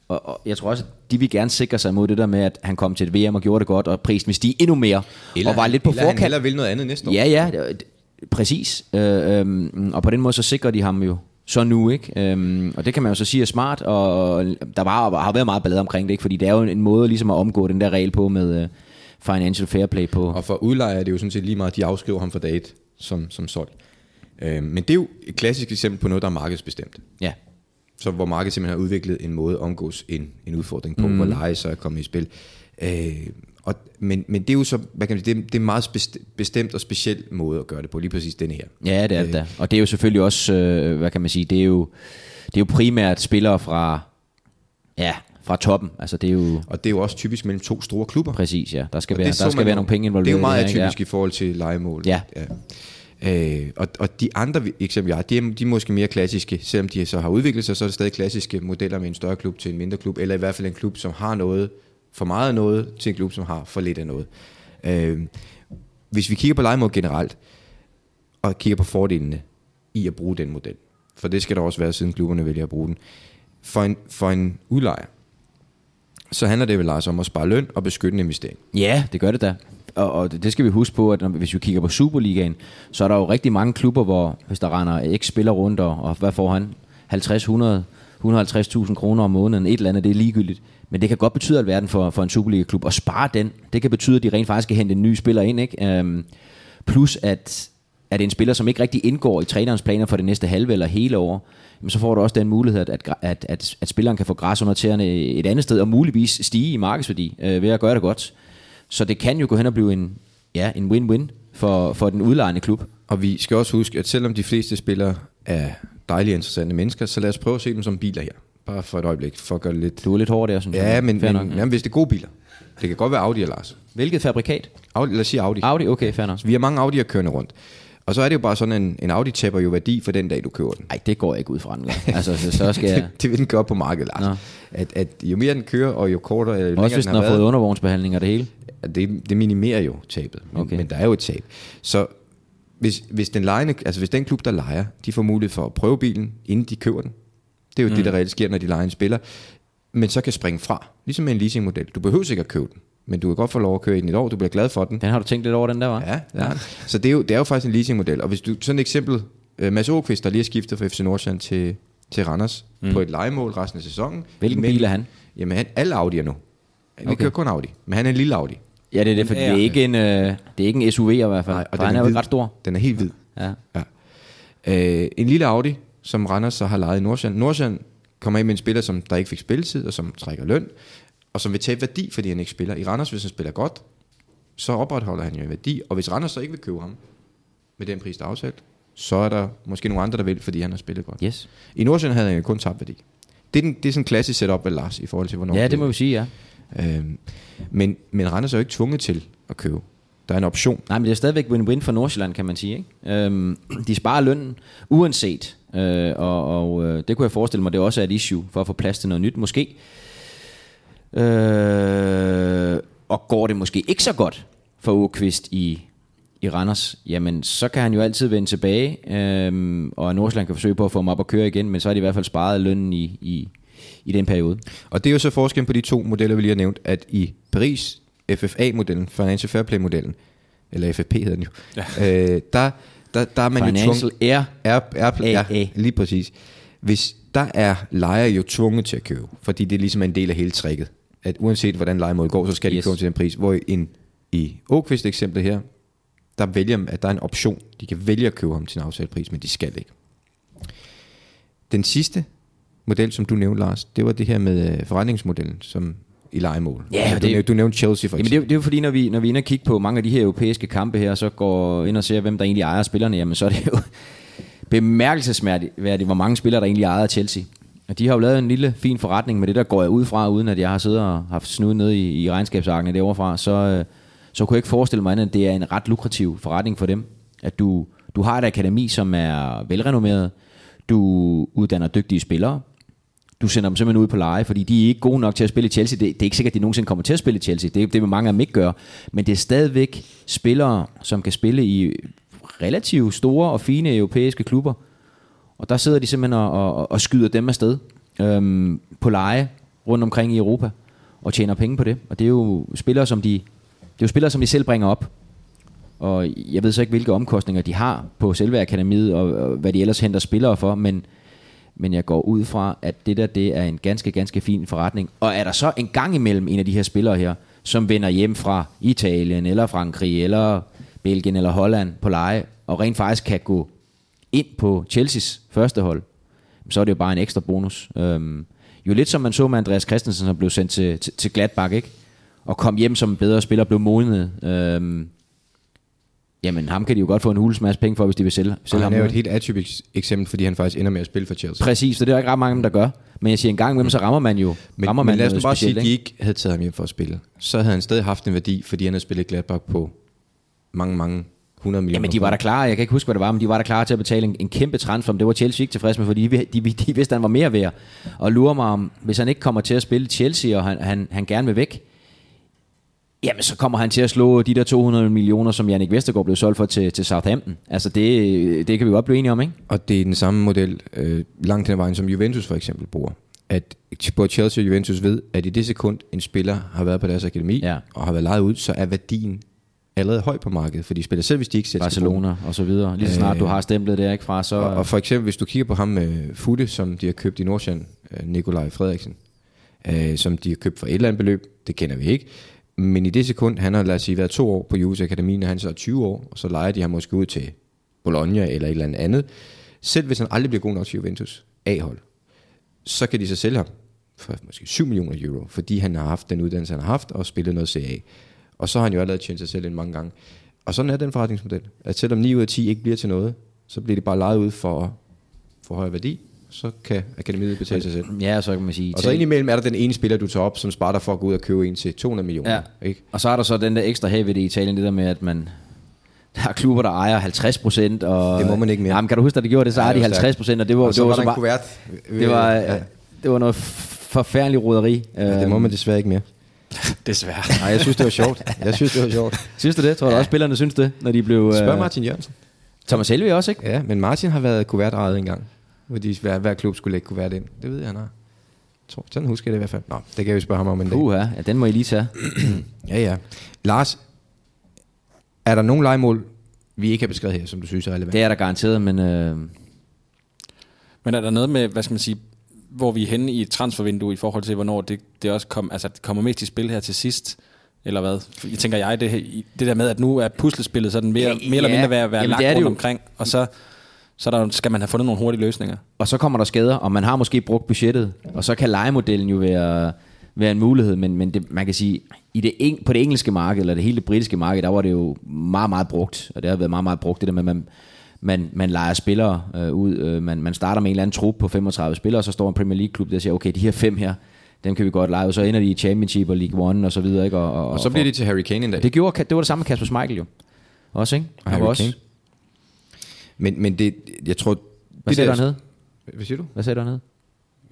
og, og jeg tror også, at de vil gerne sikre sig mod det der med, at han kom til et VM og gjorde det godt, og prisen vil stige endnu mere, og var lidt på eller forkant. Eller vil noget andet næste år. Ja, ja, øh, d- præcis. Øh, øhm, og på den måde så sikrer de ham jo så nu, ikke? Øhm, og det kan man jo så sige er smart, og der var, har været meget ballade omkring det, ikke? Fordi det er jo en, en måde ligesom at omgå den der regel på med øh, financial fair play på. Og for udlejer er det jo sådan set lige meget, de afskriver ham for date som, som solgt. Øh, men det er jo et klassisk eksempel på noget, der er markedsbestemt. Ja, Så hvor markedet simpelthen har udviklet en måde at omgås en, en udfordring Mhm. på, mm. hvor leje så er kommet i spil. Øh, og, men, men det er jo så, hvad kan man sige, det, er- det er en meget best- bestemt og speciel måde at gøre det på, lige præcis denne her. ja det er Øh. det da. Og det er jo selvfølgelig også, øh, hvad kan man sige, det er jo, det er jo primært spillere fra, ja, fra toppen. Altså det er jo Og det er jo også typisk mellem to store klubber. præcis, ja. Der skal, Og være, der det så skal man være jo- nogle penge involveret. Det er jo meget her, ikke? Ja. atypisk i forhold til legemål. Ja. Øh, og, og de andre vi- eksempler, jeg har, de er, de er måske mere klassiske, selvom de så har udviklet sig, så er det stadig klassiske modeller med en større klub til en mindre klub, eller i hvert fald en klub, som har noget for meget af noget, til en klub, som har for lidt af noget. Øh, hvis vi kigger på legemål generelt, og kigger på fordelene i at bruge den model, for det skal der også være, siden klubberne vælger at bruge den, for en, for en udlejer, så handler det vel altså om at spare løn og beskytte en investering. Ja, det gør det da. Og, og det skal vi huske på, at når, hvis vi kigger på Superligaen, så er der jo rigtig mange klubber, hvor hvis der render x spiller rundt, og, og hvad får han? 50, 100, 150.000 kroner om måneden, et eller andet, det er ligegyldigt. Men det kan godt betyde alverden for, for en Superliga-klub at spare den. Det kan betyde, at de rent faktisk kan hente en ny spiller ind. Ikke? Øhm, plus at, at en spiller, som ikke rigtig indgår i trænerens planer for det næste halve eller hele år, jamen så får du også den mulighed, at, at, gra- at, at, at spilleren kan få græs under tæerne et andet sted, og muligvis stige i markedsværdi øh, ved at gøre det godt. Så det kan jo gå hen og blive en, ja, en win-win for, for den udlejende klub. Og vi skal også huske, at selvom de fleste spillere er dejlige og interessante mennesker, så lad os prøve at se dem som biler her. Bare for et øjeblik, for at gøre det lidt... Du er lidt hård der, synes jeg. Ja, men, Fair men nok. jamen, hvis det er gode biler. Det kan godt være Audi eller Lars. Hvilket fabrikat? Audi, lad os sige Audi. Audi? Okay, fair nok. Vi har mange Audi'er kørende rundt. Og så er det jo bare sådan, en, en Audi taber jo værdi for den dag, du kører den. Nej, det går jeg ikke ud fra. den gang. Altså, så, så skal jeg... det, det vil den gøre på markedet, Lars. At, at jo mere den kører, og jo kortere... Jo længere Også hvis den har været, fået undervognsbehandling og det hele. at det, det minimerer jo tabet, men, Okay. okay. men der er jo et tab. Så hvis, hvis, den lejende, altså hvis den klub, der leger, de får mulighed for at prøve bilen, inden de køber den, det er jo mm. det, der reelt sker, når de leger en spiller, men så kan springe fra. Ligesom med en leasingmodel. Du behøver ikke at købe den, men du kan godt få lov at køre i den i et år. Du bliver glad for den. Den har du tænkt lidt over, den der, var. Ja, ja. Så det er, jo, det er jo faktisk en leasingmodel. Og hvis du sådan et eksempel, øh, Mads Åkvist, der lige er skiftet fra FC Nordsjælland til, til Randers mm. på et legemål resten af sæsonen. Hvilken Men- bil er han? Jamen, han, alle Audi'er nu. Han okay. Okay. kører kun Audi, men han er en lille Audi. Ja, det er det, fordi det er ikke en, øh, det er ikke en SUV i hvert fald. Nej, og den han er jo hvid. ret stor. Den er helt hvid. Ja. Ja. Øh, en lille Audi, som Randers så har lejet i Nordsjælland. Nordsjælland kommer ind med en spiller, som der ikke fik spilletid, og som trækker løn, og som vil tabe værdi, fordi han ikke spiller. I Randers, hvis han spiller godt, så opretholder han jo en værdi, og hvis Randers så ikke vil købe ham med den pris, der er aftalt, så er der måske nogle andre, der vil, fordi han har spillet godt. Yes. I Nordsjælland havde han jo kun tabt værdi. Det er, den, det er sådan en klassisk setup ved Lars, i forhold til, hvornår Ja, det må vi sige, ja. Øhm, men, men Randers er jo ikke tvunget til at købe. Der er en option. Nej, men det er stadigvæk win-win for Nordsjælland, kan man sige. Ikke? Øhm, de sparer lønnen, uanset. Øh, og og øh, det kunne jeg forestille mig, det også er et issue for at få plads til noget nyt, måske. Øh, og går det måske ikke så godt for Åkvist i, i Randers, jamen så kan han jo altid vende tilbage, øhm, og Nordsjælland kan forsøge på at få ham op og køre igen, men så har de i hvert fald sparet lønnen i, i, i den periode. Og det er jo så forskellen på de to modeller, vi lige har nævnt, at i Paris, FFA-modellen, Financial Fair Play-modellen, eller FFP hedder den jo, ja. øh, der, der, der er man jo Financial tvunget... Air Air, Airplay, AA. ja, lige præcis. Hvis der er lejer jo tvunget til at købe, fordi det ligesom er en del af hele tricket, at uanset hvordan lejemålet går, så skal de Yes. yes. købe til den pris, hvor en, i Åkvist eksemplet her, der vælger, at der er en option, de kan vælge at købe ham til en aftalt pris, men de skal ikke. Den sidste model, som du nævnte, Lars, det var det her med øh, forretningsmodellen, som i legemål. Ja, altså, du, det- nævnte, du nævnte Chelsea for Jamen eksempel. det, er jo- det er jo fordi, når vi, når vi er inde og kigger på mange af de her europæiske kampe her, og så går ind og ser, hvem der egentlig ejer spillerne, jamen så er det jo bemærkelsesværdigt, hvor mange spillere, der egentlig ejer Chelsea. Og de har jo lavet en lille fin forretning med det, der går jeg ud fra, uden at jeg har siddet og haft snud ned i, i regnskabsarkene derovre fra, så, øh, så kunne jeg ikke forestille mig andet, at det er en ret lukrativ forretning for dem. At du, du har et akademi, som er velrenommeret, du uddanner dygtige spillere, du sender dem simpelthen ud på leje, fordi de er ikke gode nok til at spille i Chelsea. Det, det er ikke sikkert, at de nogensinde kommer til at spille i Chelsea. Det, det vil mange af dem ikke gøre. Men det er stadigvæk spillere, som kan spille i relativt store og fine europæiske klubber. Og der sidder de simpelthen og, og, og- og skyder dem afsted øhm, på leje rundt omkring i Europa og tjener penge på det. Og det er jo spillere, som de, det er jo spillere, som de selv bringer op. Og jeg ved så ikke, hvilke omkostninger de har på selve akademiet, og, og hvad de ellers henter spillere for, men, men jeg går ud fra, at det der det er en ganske, ganske fin forretning. Og er der så en gang imellem en af de her spillere her, som vender hjem fra Italien, eller Frankrig, eller Belgien, eller Holland på leje, og rent faktisk kan gå ind på Chelseas første hold, så er det jo bare en ekstra bonus. Øhm, jo lidt som man så med Andreas Christensen, som blev sendt til, til, til Gladbach, ikke? og kom hjem som en bedre spiller, blev modnet. Øhm, jamen, ham kan de jo godt få en hulens masse penge for, hvis de vil sælge, Så sælge han ham. er jo nu. et helt atypisk eksempel, fordi han faktisk ender med at spille for Chelsea. Præcis, så det er der ikke ret mange af dem, der gør. Men jeg siger, en gang imellem, så rammer man jo Men, rammer Rammer man men lad os nu noget bare sige, specielt, at de ikke havde taget ham hjem for at spille. Så havde han stadig haft en værdi, fordi han havde spillet Gladbach på mange, mange 100 millioner. Jamen, de var der klare, jeg kan ikke huske, hvad det var, men de var der klare til at betale en, en kæmpe transfer, men det var Chelsea ikke tilfreds med, fordi de, de, de vidste, at han var mere værd. Og lurer mig om, hvis han ikke kommer til at spille i Chelsea, og han, han, han gerne vil væk, jamen så kommer han til at slå de der 200 millioner, som Jannik Vestergaard blev solgt for til, til Southampton. Altså, det, det kan vi godt blive enige om, ikke? Og det er den samme model øh, langt hen ad vejen, som Juventus for eksempel bruger. At både Chelsea og Juventus ved, at i det sekund, en spiller har været på deres akademi, Ja. og har været lejet ud, så er værdien allerede høj på markedet, for de spiller selv, hvis de ikke selv skal bruge den. Barcelona og så videre. Lige så snart du har stemplet der, ikke fra, så... Og, og for eksempel, hvis du kigger på ham med Futte, som de har købt i Nordsjælland, øh, Nikolaj Frederiksen, øh, som de har købt for et eller andet beløb, det kender vi ikke. Men i det sekund, han har, lad os sige, været to år på Juventus Akademien, og han så er 20 år, og så leger de ham måske ud til Bologna eller et eller andet andet. Selv hvis han aldrig bliver god nok til Juventus A-hold, så kan de så sælge ham for måske 7 millioner euro, fordi han har haft den uddannelse, han har haft, og spillet noget CA. Og så har han jo allerede tjent sig selv en mange gange. Og sådan er den forretningsmodel, at selvom 9 ud af 10 ikke bliver til noget, så bliver de bare lejet ud for, for høj værdi, så kan akademiet betale sig selv. ja, så kan man sige... Og så indimellem er der den ene spiller, du tager op, som sparer dig for at gå ud og købe en til 200 millioner. Ja. Ikke? Og så er der så den der ekstra have ved det i Italien, det der med, at man der er klubber, der ejer 50 procent. Og, Det må man ikke mere. Jamen, kan du huske, at det gjorde det, så Ja, ejer det de var 50 procent, og det var, Og så det var var, så der en bare- kuvert ved- det var, ja. øh, det var noget f- forfærdeligt roderi. Ja, øhm. det må man desværre ikke mere. Desværre. Nej, jeg synes, det var sjovt. Jeg synes, det var sjovt. Øhm, Synes du det? Tror du også, spillerne synes det, når de blev... øh, Spørg Martin Jørgensen. Thomas Helve også, ikke? Ja, men Martin har været kuvertejet engang, fordi hver, hver klub skulle lægge kuvert ind. Det ved jeg, han har. Tror, sådan husker jeg det i hvert fald. Nå, det kan vi spørge ham om en dag. Uha, ja, den må I lige tage. Ja, ja. Lars, er der nogen legemål, vi ikke har beskrevet her, som du synes er relevant? Det er der garanteret, men øh, Men er der noget med, hvad skal man sige, hvor vi er henne i et transfervindue i forhold til, hvornår det, det også kom, altså, det kommer mest i spil her til sidst? Eller hvad? For Jeg tænker jeg, det, her- det der med, at nu er puslespillet sådan mere, mere eller Ja, mindre ved at være jamen, lagt det er det rundt jo. omkring, og så, så er der, jo- skal man have fundet nogle hurtige løsninger. og så kommer der skader, og man har måske brugt budgettet, og så kan legemodellen jo være, være en mulighed, men, men det, man kan sige, i det eng, på det engelske marked, eller det hele det britiske marked, der var det jo meget, meget brugt, og det har været meget, meget brugt, det der med, at man, man, man leger spillere øh, ud, øh, man, man starter med en eller anden trup på 35 spillere, og så står en Premier League-klub, der siger, okay, de her fem her, dem kan vi godt lege, og så ender de i Championship og League One og så videre, ikke? Og, og så bliver det til Harry Kane en dag. Det, gjorde, det var det samme med Kasper Schmeichel jo. Også, ikke? og Han var Harry også, Kane. Men, men det, jeg tror... Hvad sagde du, han hed? Hvad siger du? Hvad sagde du hernede?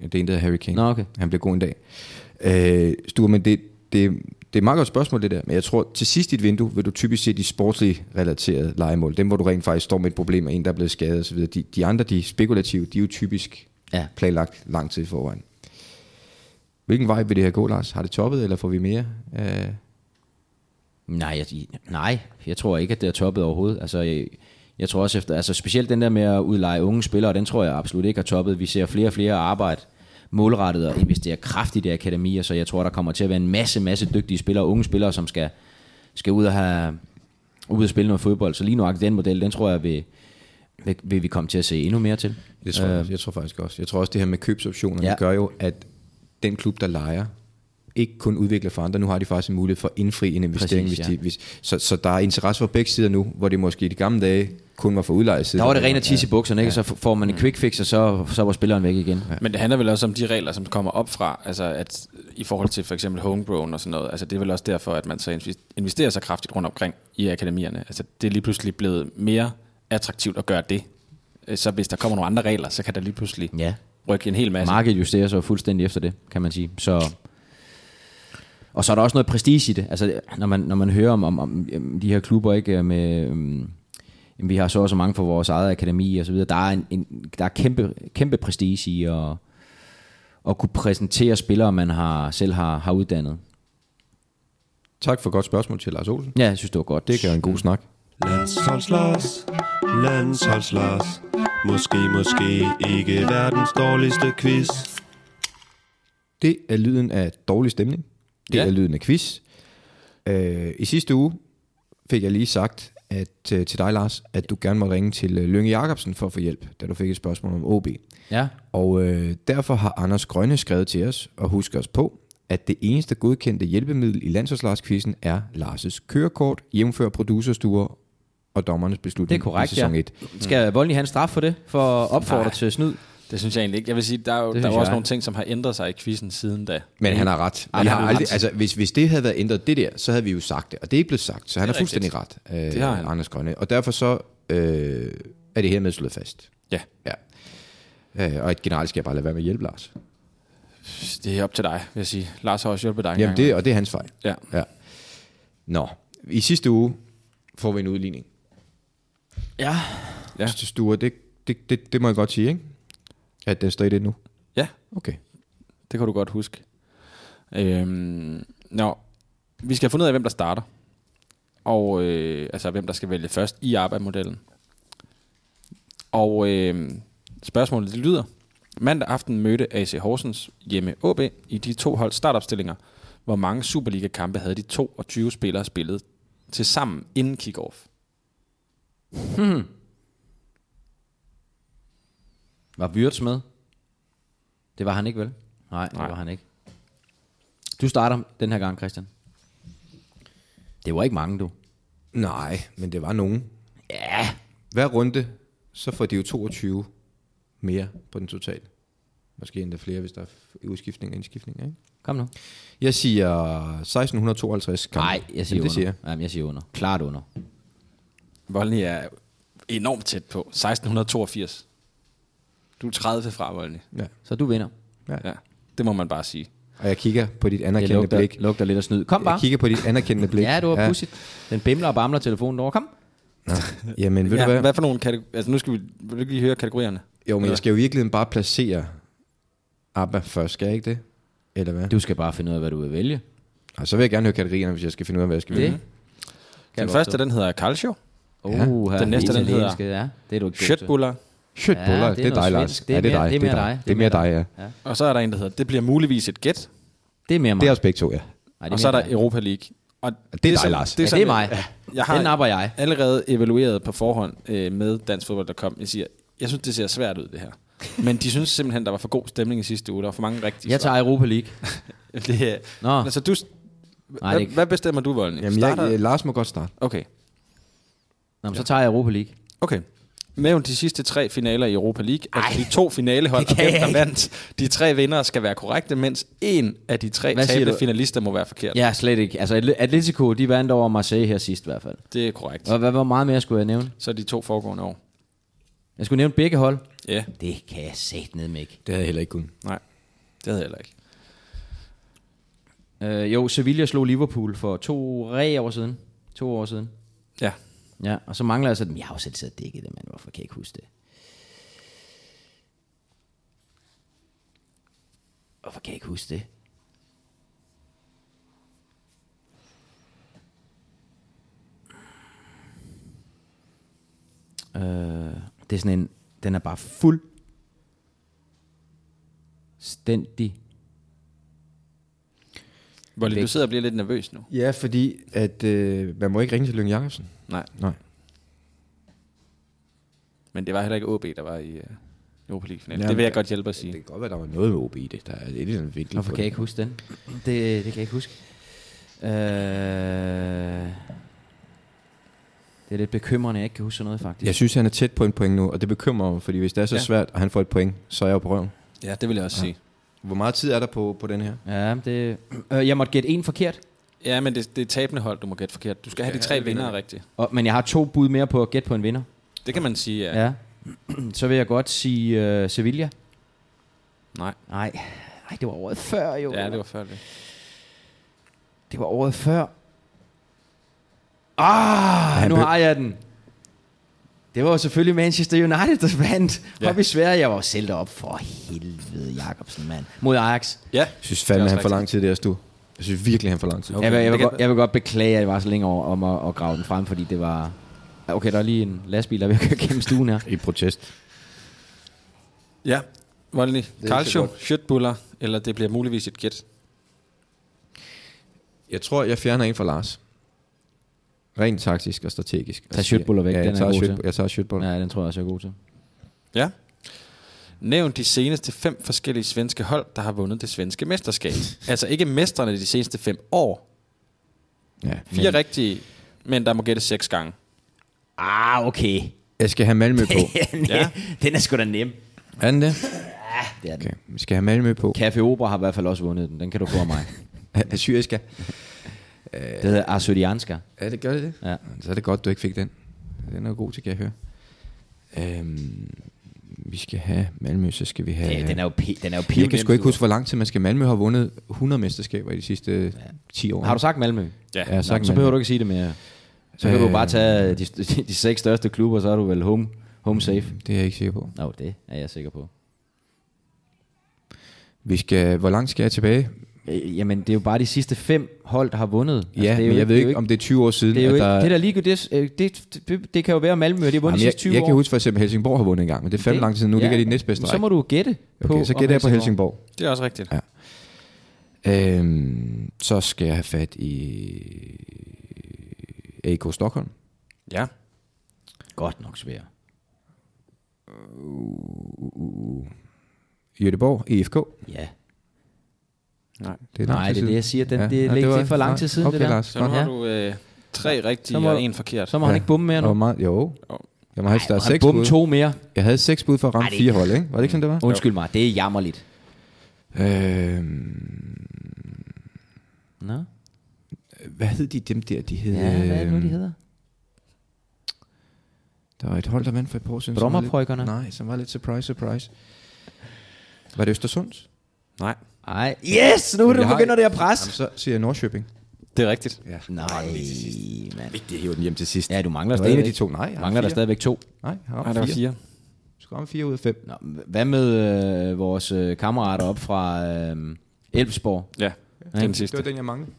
Ja, det er en, der hedder Harry Kane. Nå, okay. Han blev god en dag. Øh, Sture, men det, det, det er et meget godt spørgsmål, det der. Men jeg tror, til sidst i et vindue vil du typisk se de sportslige relaterede legemål. Dem, hvor du rent faktisk står med et problem, og en, der er blevet skadet osv. De, de andre, de spekulative, de er jo typisk Ja. planlagt lang tid i forvejen. Hvilken vej vil det her gå, Lars? Har det toppet, eller får vi mere? Øh, Nej, jeg, nej, jeg tror ikke, at det er toppet overhovedet. Altså, jeg, jeg tror også efter, altså specielt den der med at udleje unge spillere, den tror jeg absolut ikke har toppet. Vi ser flere og flere arbejde målrettet og investere kraftigt i akademier, så jeg tror, der kommer til at være en masse, masse dygtige spillere, unge spillere, som skal, skal ud og have ud og spille noget fodbold. Så lige nu den model, den tror jeg, vil, vil, vil vi komme til at se endnu mere til. Det tror jeg, øh, jeg tror faktisk også. Jeg tror også, det her med købsoptioner, ja. Ja. det gør jo, at den klub, der leger, ikke kun udvikler for andre. Nu har de faktisk en mulighed for at indfri en investering. Præcis, Præcis, hvis ja. de, hvis, så, så der er interesse fra begge sider nu, hvor det måske i de gamle dage kun var for udlejesiden. Der var det rent at tisse i bukserne, ikke? Så får man en quick fix, og så, så var spilleren væk igen. Ja. Men det handler vel også om de regler, som kommer op fra, altså at i forhold til for eksempel homegrown og sådan noget, altså det er vel også derfor, at man så invis- investerer så kraftigt rundt omkring i akademierne. Altså det er lige pludselig blevet mere attraktivt at gøre det. Øh, Så hvis der kommer nogle andre regler, så kan der lige pludselig ja. rykke en hel masse. Markedet justerer sig jo fuldstændig efter det, kan man sige. Så, og så er der også noget prestige i det. Altså, når man, når man hører om, om, om øhm, de her klubber, ikke, med, øhm, jamen, vi har så og så mange for vores eget akademi og så videre. Der er, en, en, der er kæmpe, kæmpe prestige i at, at kunne præsentere spillere, man har, selv har, har uddannet. Tak for godt spørgsmål til Lars Olsen. Ja, jeg synes, det var godt. Det gør en god snak. Landsholdslars, landsholdslars Måske, måske ikke verdens dårligste quiz Det er lyden af dårlig stemning. Det ja. Ja. er lyden af quiz. Øh, I sidste uge fik jeg lige sagt at, øh, til dig, Lars, at du gerne må ringe til øh, Lønge Jacobsen for at få hjælp, da du fik et spørgsmål om OB. Ja. Og øh, derfor har Anders Grønne skrevet til os og husker os på, at det eneste godkendte hjælpemiddel i landsholdslars er Lars' kørekort, jævnfør producerstuer og dommernes beslutning Det er korrekt, i sæson ja. 1. Skal Voldny have en straf for det? For at opfordre Nej. til snyd? Det synes jeg egentlig ikke. Jeg vil sige, der er jo, Det der er synes jo også jeg. nogle ting, som har ændret sig i quizzen siden da. Men han har ret. Ej, Han han har har aldrig, ret. altså, hvis, hvis det havde været ændret det der, så havde vi jo sagt det. Og det er ikke blevet sagt, så han Det har er fuldstændig ret, øh, det har har han. han. Anders Grønne. Og derfor så øh, er det hermed slået fast. Ja. ja. Øh, og generelt skal jeg bare lade være med at hjælpe Lars. Det er op til dig, vil jeg sige. Lars har også hjulpet dig. en Jamen gang det, og det er hans fejl. Ja. ja. Nå, i sidste uge får vi en udligning. Ja. Ja. Ja. Sture, det, det, det, det må jeg godt sige, ikke? At den står i det nu. Ja. Okay. Det kan du godt huske. Øhm, nå, vi skal have fundet ud af, hvem der starter. Og øh, altså, hvem der skal vælge først i arbejdsmodellen. Og øh, spørgsmålet det lyder. Mandag aften mødte AC Horsens hjemme AB i de to hold startopstillinger. Hvor mange Superliga-kampe havde de 22 spillere spillet til sammen inden kick-off? Var Wirtz med? Det var han ikke, vel? Nej, det Nej. var han ikke. Du starter den her gang, Christian. Det var ikke mange, du. Nej, men det var nogen. Ja. Hver runde, så får de jo 22 mere på den totale. Måske endda flere, hvis der er f- udskiftninger og indskiftninger, ikke? Kom nu. Jeg siger 1652 kampe. Nej, jeg Jamen, siger det under. siger jeg. Jamen, jeg siger under. Klart under. Voldny er enormt tæt på. 1682. Du er 30 fra, Voldny. Så du vinder. Ja, det må man bare sige. Og jeg kigger på dit Jeg anerkendende lugter, blik. lugter lidt af snyd. Kom Jeg bare. kigger på dit anerkendende blik. Ja, du var pudsigt. Den bimler og bamler telefonen over. Kom. Jamen, ved ja, du hvad? hvad for nogle kategorier? Altså, nu skal vi, vil du ikke lige høre kategorierne. Jo, men Eller? jeg skal jo virkelig bare placere ABBA først, skal jeg ikke det? Eller hvad? Du skal bare finde ud af, hvad du vil vælge. Og så vil jeg gerne høre kategorierne, hvis jeg skal finde ud af, hvad jeg skal Det. vælge. Den godt første, stå. den hedder Calcio. Oh, Ja. Den næste, den hedder Ja, det er du ikke god til. Shitbuller. Shit, Ja, boller, det er det er noget dig, Lars. svensk. Det er ja, det er mere- dig. det er mere dig. Det er mere dig, ja. Og så er der en, der hedder, det bliver muligvis et gæt. Det er mere mig. Det er også begge to, ja. Nej, Og så er der mere mig. Europa League. Og Det er dig, sådan- Lars. Ja, det er sådan- mig. Jeg Den har napper jeg. allerede evalueret på forhånd øh, med danskfodbold.com. Jeg siger, jeg synes, det ser svært ud, det her. Men de synes simpelthen, der var for god stemning i sidste uge. Der var for mange rigtige Jeg svar. tager Europa League. Det, er- Nå. Altså, du, Nej, Nej, det er hvad, ikke- hvad bestemmer du, Volden? Jamen, jeg, jeg, Lars må godt starte. Okay. Nå, men så tager jeg Europa League. Okay. Nævn de sidste tre finaler i Europa League. Ej, altså de to finalehold, og kan hvem jeg der ikke. vandt. De tre vindere skal være korrekte, mens en af de tre Hvad siger tabende du? finalister må være forkert. Ja, slet ikke. Altså, Atl- Atletico, de vandt over Marseille her sidst i hvert fald. Det er korrekt. Og hvad, hvor meget mere skulle jeg nævne? Så de to foregående år. Jeg skulle nævne begge hold. Ja, Det kan jeg sæt ned med ikke. Det havde jeg heller ikke kun. nej. Det havde jeg heller ikke. Øh, jo, Sevilla slog Liverpool for to tre år siden. To år siden. Ja. Ja, og så mangler jeg så dem. Jeg har jo selv siddet og dækket det, mand. Hvorfor kan jeg ikke huske det? Hvorfor kan jeg ikke huske det? Øh, det er sådan en... Den er bare fuldstændig... Volden, du Væk. sidder og bliver lidt nervøs nu. Ja, fordi at, øh, man må ikke ringe til Lyng Jacobsen. Nej, Nej. men det var heller ikke OB, der var i øh, Europa League-finalen. Jamen, Det vil jeg ja. godt hjælpe at sige. Det kan godt være, der var noget med OB i det. Der er lidt en vinkel Hvorfor kan jeg ikke huske den? Det, det kan jeg ikke huske. Øh, det er lidt bekymrende, at jeg ikke kan huske sådan noget, faktisk. Jeg synes, han er tæt på en point nu, og det bekymrer mig, fordi hvis det er så ja. Ja. svært, og han får et point, så er jeg jo på røven. Ja, det vil jeg også ja. sige. Hvor meget tid er der på, på den her? Ja, det... Øh, jeg måtte gætte en forkert, Ja, men det, det er tabende hold, du må gætte forkert. Du skal have de tre vindere rigtigt. og, men jeg har to bud mere på at gætte på en vinder. Det kan man sige, ja. Ja. ja. Så vil jeg godt sige øh, Sevilla. Nej. Nej. Nej, det var året før jo. Ja, det var før det. det var året før. Ah, han nu be- har jeg den. Det var jo selvfølgelig Manchester United, der vandt. Ja. Ja. Op i Sverige, jeg var jo selv deroppe. For helvede, Jacobsen, mand. Mod Ajax. Ja, Jeg synes Det er fandme, også han får lang tid der, Stu. Jeg synes virkelig, han får lang tid. Okay, jeg, vil, jeg, vil det kan- godt, jeg vil godt beklage, at jeg var så længe over, om at, at grave den frem, fordi det var... Okay, der er lige en lastbil, der er ved at køre gennem stuen her. I protest. ja. Voldelig. så Calcio, godt. shitbuller, eller det bliver muligvis et gæt. Jeg tror, jeg fjerner en fra Lars. Rent taktisk og strategisk. Og siger- shitbuller væk, ja, den jeg er tager god shit- til. Jeg tager shitbuller. Ja. Ja, den tror jeg også, jeg er god til. Ja. Nævn de seneste fem forskellige svenske hold, der har vundet det svenske mesterskab. altså ikke mestrene de seneste fem år. Ja. Fire rigtige, men der må gætte seks gange. Ah, okay. Jeg skal have Malmø på. Ja. den er sgu da nem. Er den det? Det er den. Okay. Vi skal have Malmø på. Café Opera har i hvert fald også vundet den. Den kan du få af mig. Er syriske? det hedder Arsodianska. Ja, det gør det det. Ja. Så er det godt, du ikke fik den. Den er jo god til, kan jeg høre. Øhm, vi skal have Malmø, så skal vi have... Ja, den er jo, p- den er jo Piv jeg kan pivnem, sgu ikke du. huske, hvor lang tid man skal. Malmø har vundet 100 mesterskaber i de sidste ja. 10 år. Har du sagt Malmø? Ja. Ja, jeg har sagt Nå, så behøver Malmø. du ikke sige det mere. Så kan øh... du bare tage de, de seks største klubber, så er du vel home, home safe. Det er jeg ikke sikker på. Nå, det er jeg sikker på. Vi skal... Hvor langt skal jeg tilbage? Øh, Jamen, det er jo bare de sidste fem hold, der har vundet. Altså, Ja, det er jo men jeg ved det er ikke, jo om det er 20 år siden. Det er jo at ikke, der... det er da ligegyldigt. Det, øh, det, det, det kan jo være Malmø, og de har vundet Jamen, de jeg, sidste 20 jeg år. kan huske for eksempel, at Helsingborg har vundet engang, men det er fandme lang tid siden. Nu ja. ligger de i den næstbedste Så række. må du gætte på... Okay, så om gætter jeg på Helsingborg. Det er også rigtigt. Ja. Øhm, så skal jeg have fat i AK Stockholm. Ja. Godt nok svært. Göteborg, EFK. Ja. Nej. Det er lang Nej, tid det er det, siden. jeg siger. Den, ja, Ja, det, ja, det, det var- er for lang nej, tid siden, okay, det der. Lars, Så nu ja. har du øh, tre rigtige Så må- og en forkert. Så må han ikke bomme mere Jeg var nu. meget, jo. Jeg må have der er Han seks bomme bud. to mere. Jeg havde seks bud for at ramme Ej, det- fire hold, ikke? Var det ikke sådan, det var? Undskyld mig, det er jammerligt. Øhm, Nå? hvad hed de dem der? De hed, Ja, hvad er det nu, de øhm, hedder? Der var et hold, der vandt for et par år siden. som var lidt- Brommerbrøggerne? Nej, som var lidt surprise, surprise. Var det Østersunds? Nej, Nej. Yes, nu Jeg du har- begynder det at presse. Jamen, så siger jeg Nordsjøbing. det er rigtigt. Nej, mand. Det hiver den hjem til sidst. Ja, du mangler det var en af stadigvæk. de to. Nej, jeg har Mangler der fire. stadigvæk to. Nej, jeg har Nej, ramt der var fire. fire. Du skal ramme fire ud af fem. Nå, hvad med øh, vores øh, kammerater op fra øh, Elfsborg. Ja, det er den sidste. Det var den, jeg manglede.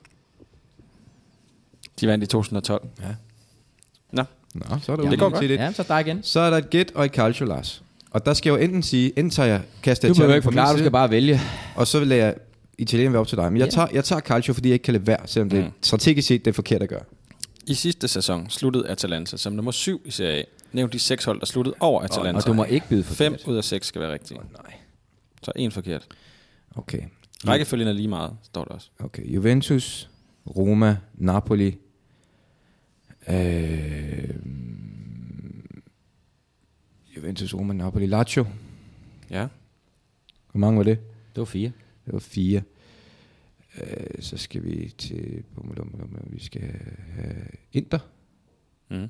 De vandt i 2012. Ja. Nå, Nå, så er der Jamen, det går til det. Ja, så dig igen. Så er der et gæt og et calcio, Lars. Og der skal jeg jo enten sige, enten tager jeg kaster Du behøver Italien ikke fra min forklare, du side, skal bare vælge. Og så vil jeg Italien være op til dig. Men jeg, Ja. tager, jeg tager calcio, fordi jeg ikke kan lade være, selvom det er strategisk set det er forkert at gøre. I sidste sæson sluttede Atalanta som nummer 7 i Serie A. Nævn de seks hold, der sluttede over Atalanta. Og du må ikke byde for 5 ud af 6 skal være rigtige. nej. Så en forkert. Okay. Rækkefølgen er lige meget, står der også. Okay, Juventus, Roma, Napoli. Øh, Juventus, Roma, Napoli, Lazio. Ja. Hvor mange var det? Det var fire. Det var fire. Øh, så skal vi til... bum, bum, bum, bum, Vi skal have Inter. Mm.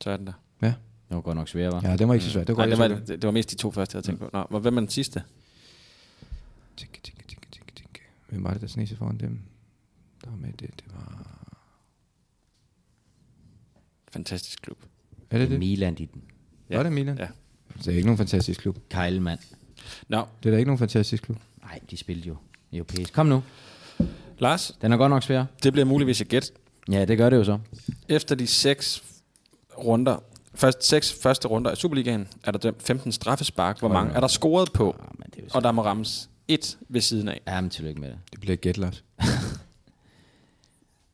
Så er den der. Ja. Det var godt nok svært, var. ja, den var ikke så svært. Det var Nej, godt, det, jeg var, så godt. det, det var mest de to første, jeg havde tænkt på. Nå, og hvem er den sidste? Tink, tink, tink, tink, tink. Hvem var det, der sneg sig foran dem? Der var med det, det var... Fantastisk klub. Er det det? Milan, dit Ja. Var det Milan? Ja. Det er ikke nogen fantastisk klub. kejle mand. Nå, Det er da ikke nogen fantastisk klub. Nej, de spillede jo europæisk. Kom nu. Lars, Den er godt nok svær. det bliver muligvis et gæt. Ja, det gør det jo så. Efter de seks runder, først, seks første runder af Superligaen, er der dømt 15 straffespark. Hvor mange er der scoret på? Ah, men det er jo Og der må rammes et ved siden af. Ja, men tillykke med det. Det bliver et gæt, Lars.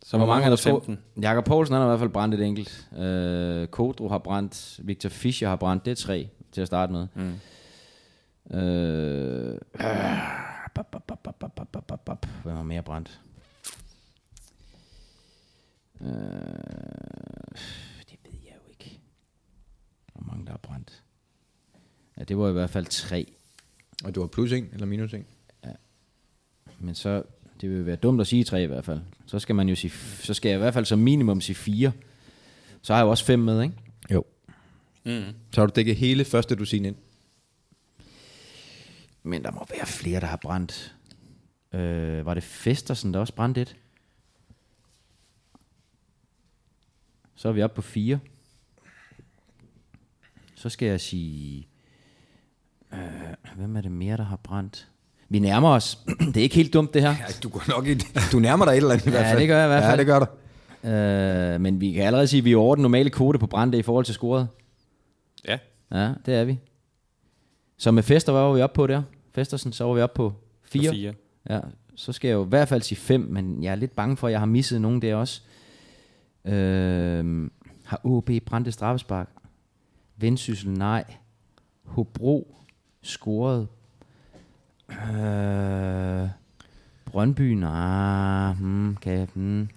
Så hvor mange er der 15? Jakob Poulsen han har i hvert fald brændt et enkelt. Øh, Kodro har brændt. Victor Fischer har brændt. Det er tre til at starte med. Mm. Øh, øh, bop, bop, bop, bop, bop, bop, bop, bop. Hvem har mere brændt? Øh, det ved jeg jo ikke. Hvor mange der har brændt. Ja, det var i hvert fald tre. Og du har plus en eller minus en? Men så, det vil være dumt at sige tre i hvert fald. Så skal man jo sige, f- så skal jeg i hvert fald som minimum sige fire. Så har jeg jo også fem med, ikke? Jo. Mm. Så har du dækket hele første dusin ind. Men der må være flere, der har brændt. Øh, var det Festersen, der også brændte et? Så er vi oppe på fire. Så skal jeg sige... Øh, hvem er det mere, der har brændt? Vi nærmer os. det er ikke helt dumt, det her. Ja, du går nok ikke. Du nærmer dig et eller andet i hvert fald. det gør jeg i hvert fald. Ja, det gør du. Øh, men vi kan allerede sige, at vi er over den normale kvote på brændte i forhold til scoret. Ja. Ja, det er vi. Så med Fester, hvad var vi oppe på der? Festersen, så var vi oppe på 4. På fire. Ja, så skal jeg jo i hvert fald sige 5, men jeg er lidt bange for, at jeg har misset nogen der også. Øh, har OB brændt et straffespark? Vendsyssel, nej. Hobro scoret. Øh, Brøndby, nej. Hmm, kan jeg, hmm.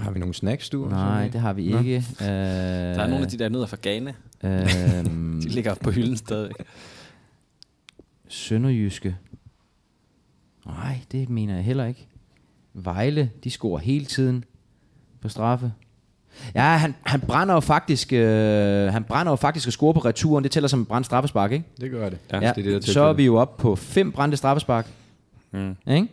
Har vi nogle snacks, du? Nej, det har vi ikke. Øh, Der er nogle af de der nødder fra Ghana. Øhm, De ligger på hylden stadig. Sønderjyske. Nej, det mener jeg heller ikke. Vejle, de scorer hele tiden på straffe. Ja, han, han brænder jo faktisk, øh, han brænder jo faktisk at score på returen. Det tæller som en brændt straffespark, ikke? Det gør det. Ja, det er det, der så er tilfældet. vi jo oppe på fem brændte straffespark. Mm. Ikke?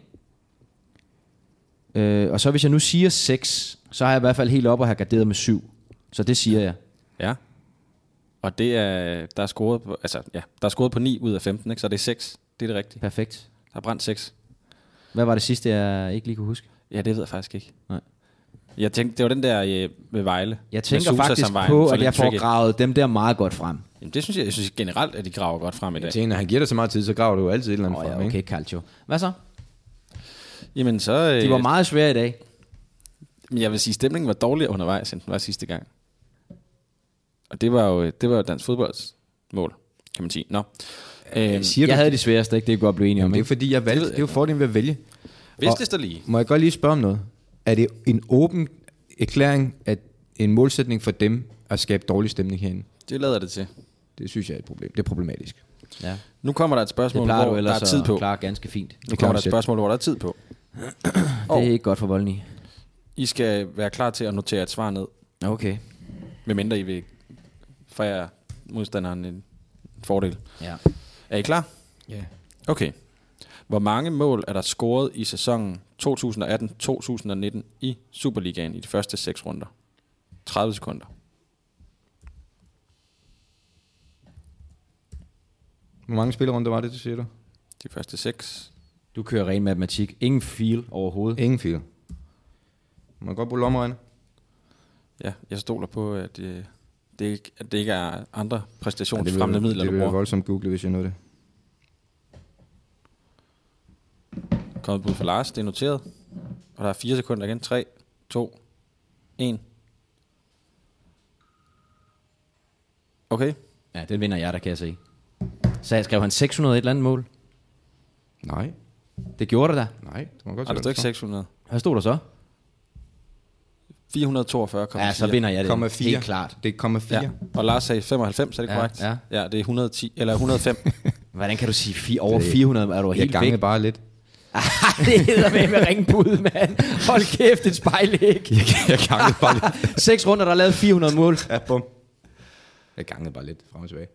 Øh, og så hvis jeg nu siger 6, så har jeg i hvert fald helt op og har garderet med 7. Så det siger jeg. Ja. Og det er, der er scoret på, altså, ja, der er scoret på 9 ud af 15, ikke? så det er 6. Det er det rigtige. Perfekt. Der er brændt 6. Hvad var det sidste, jeg ikke lige kunne huske? Ja, det ved jeg faktisk ikke. Nej. Jeg tænkte, det var den der øh, ved Vejle. med Jeg tænker Sousa faktisk som var en- på, for at lidt jeg får tricky. gravet dem der meget godt frem. Jamen, det synes jeg, jeg synes generelt, at de graver godt frem i dag. Jeg tænker, når han giver dig så meget tid, så graver du jo altid et eller andet Åh oh, frem, ja, ikke? okay, Calcio. Hvad så? Jamen, så... Øh, De var meget svære i dag. Men jeg vil sige, stemningen var dårligere undervejs, end den var sidste gang. Og det var jo, øh, det var jo dansk fodbolds mål, kan man sige. Nå. Øhm, Siger jeg du? havde de sværeste, ikke? Det kan godt blive enige om, Det er ikke? fordi, jeg valgte. Det er jo fordelen ved at vælge. hvis det står lige. Må jeg godt lige spørge om noget? Er det en åben erklæring, at en målsætning for dem at skabe dårlig stemning herinde? Det lader det til. Det synes jeg er et problem. Det er problematisk. Ja. Nu kommer der et Det spørgsmål, plejer du hvor der ellers er tid at på. klare ganske fint. Nu kommer der et selv. spørgsmål, hvor der er tid på. Det er ikke godt for Voldny. I skal være klar til at notere et svar ned, Okay. medmindre I vil forære modstanderen en fordel. Ja. Er I klar? Ja. Yeah. Okay. Hvor mange mål er der scoret i sæsonen 2018-2019 i Superligaen i de første seks runder? 30 sekunder. Hvor mange spillerunder var det, det siger du? De første seks. Du kører ren matematik. Ingen feel overhovedet. Ingen fil. Man kan godt bruge lommeregner. Ja, jeg stoler på, at det, det, ikke, at det ikke er andre det præstationsfremmende midler, det du vil jeg bruger. voldsomt google, hvis jeg nåede det. Kommet bud for Lars, det er noteret. Og der er fire sekunder igen. 3, 2, 1. Okay. Ja, den vinder jeg, der kan jeg se. Så jeg skrev han 600 et eller andet mål. Nej, Det gjorde der da. nej. Det må godt Har du ikke 600? Hvad stod der så? 442 Ja, så vinder jeg det. Komma 4. Helt klart. Det er komma 4. Ja. Ja. Og Lars sagde 95, er det Ja, korrekt? ja. ja, det er 110, eller 105. Hvordan kan du sige fi- over 400? Er du Jeg helt væk? gangede bare lidt. det hedder med med ringbud, mand. Hold kæft, et spejlæg. Jeg gangede bare lidt. Seks runder, der er lavet 400 mål. Ja, bum. Jeg gangede bare lidt frem og tilbage.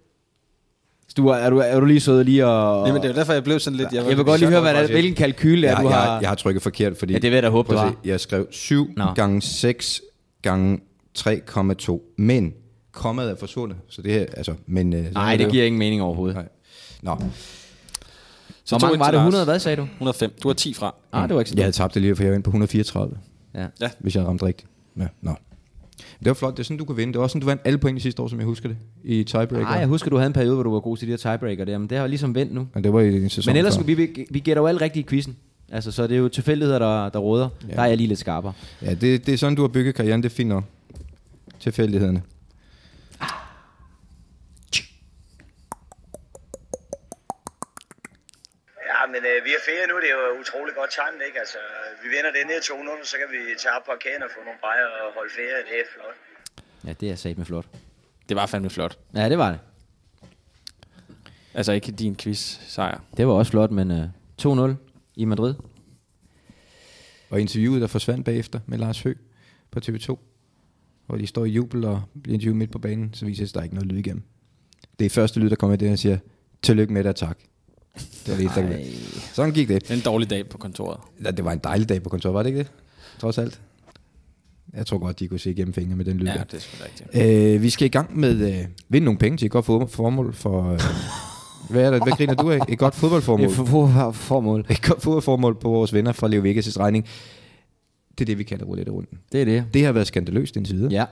Du er, er, du, er du lige sød lige og... Jamen, det er jo derfor, jeg blev sådan lidt... jeg vil godt lige høre, hvad der, er- faktisk ikke. hvilken kalkyl er, jeg, du har... Jeg, jeg har trykket forkert, fordi... Ja, det vil jeg da håbe, Prøv du at se, Jeg skrev 7 Nå. Nå. gange 6 gange 3,2, men kommet er forsvundet, så det her, altså, men... øh, sådan Nej, er det jo. giver ingen mening overhovedet. Nej. Nå, Så Hvor to mange ind var til det? Lars. 100? Hvad sagde du? 105. Du er 10 fra. Nej, det var ikke så jeg dumt. havde tabt det lige, for jeg var inde på 134, Ja. hvis jeg havde ramt rigtigt. Ja, nå. Det var flot, det er sådan, du kunne vinde. Det var også sådan, du vandt alle point sidste år, som jeg husker det, i tiebreaker. Nej, jeg husker, du havde en periode, hvor du var god til de her tiebreaker der, men det har jo ligesom vendt nu. Men det var i en sæson Men ellers, før. vi, vi, vi gætter jo alt rigtigt i quizzen. Altså, så det er jo tilfældigheder, der, der råder. Ja. Der er jeg lige lidt skarpere. Ja, det, det er sådan, du har bygget karrieren, det er fint nok. Tilfældighederne. Ja, men øh, vi er ferie nu, det er jo utrolig godt timet, ikke? Altså, vi vinder den her 2-0, så kan vi tage op på arkaden og få nogle bajer og holde ferie, det er flot. Ja, det er satme flot. Det var fandme flot. Ja, det var det. Altså ikke din quiz-sejr. Det var også flot, men øh, 2-0 i Madrid. Og interviewet, der forsvandt bagefter med Lars Høgh på TV2, hvor de står i jubel og bliver interviewet midt på banen, så viser det, at der er ikke noget lyd igennem. Det er første lyd, der kommer i det, han siger, tillykke med dig, tak. Det var det, eneste, der kom. Sådan gik det. Det er en dårlig dag på kontoret. Ja, det var en dejlig dag på kontoret, var det ikke det? Trods alt. Jeg tror godt, de kunne se igennem fingre med den lyd. Ja, der. det er sgu da rigtigt. Øh, vi skal i gang med øh, vinde nogle penge til et godt fodbold- formål for... Øh, hvad er det? Hvad griner du af? Et godt fodboldformål. for, formål. Et godt fodboldformål på vores venner fra Leo Vegas' regning. Det er det, vi kalder roulette-runden. Det er det. Det har været skandaløst indtil videre.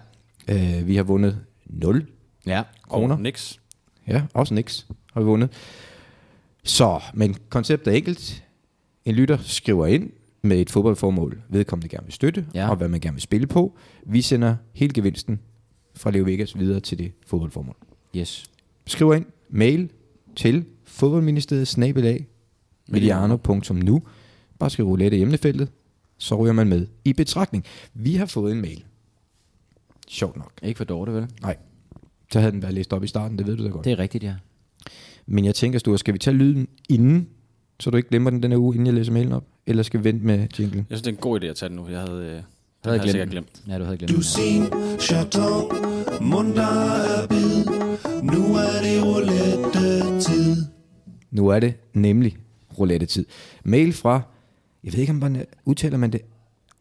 Ja. Øh, vi har vundet 0 Ja. kroner. Og Nix. Ja, også niks har vi vundet. Så, men konceptet er enkelt. En lytter skriver ind med et fodboldformål, vedkommende gerne vil støtte, Ja. ja. og hvad man gerne vil spille på. Vi sender hele gevinsten fra Leo Vegas videre til det fodboldformål. Yes. Skriver ind mail til fodboldministeriet snabelag mediano.nu. Bare skriv roulette i emnefeltet, så ryger man med i betragtning. Vi har fået en mail. Sjovt nok. Ikke for Dorte, vel? Nej. Så havde den været læst op i starten, det ved du da godt. Det er rigtigt, ja. Men jeg tænker, Sture, skal vi tage lyden inden, så du ikke glemmer den den her uge, inden jeg læser mailen op? Eller skal vi vente med jinglen? Jeg synes, det er en god idé at tage den nu. Jeg havde, øh, den Jeg havde jeg sikkert glemt. den. Ja, du havde glemt Du den. sin chaton, munter er bid. Nu er det roulette-tid. Nu er det nemlig roulette-tid. Mail fra, jeg ved ikke, om man øh, udtaler man det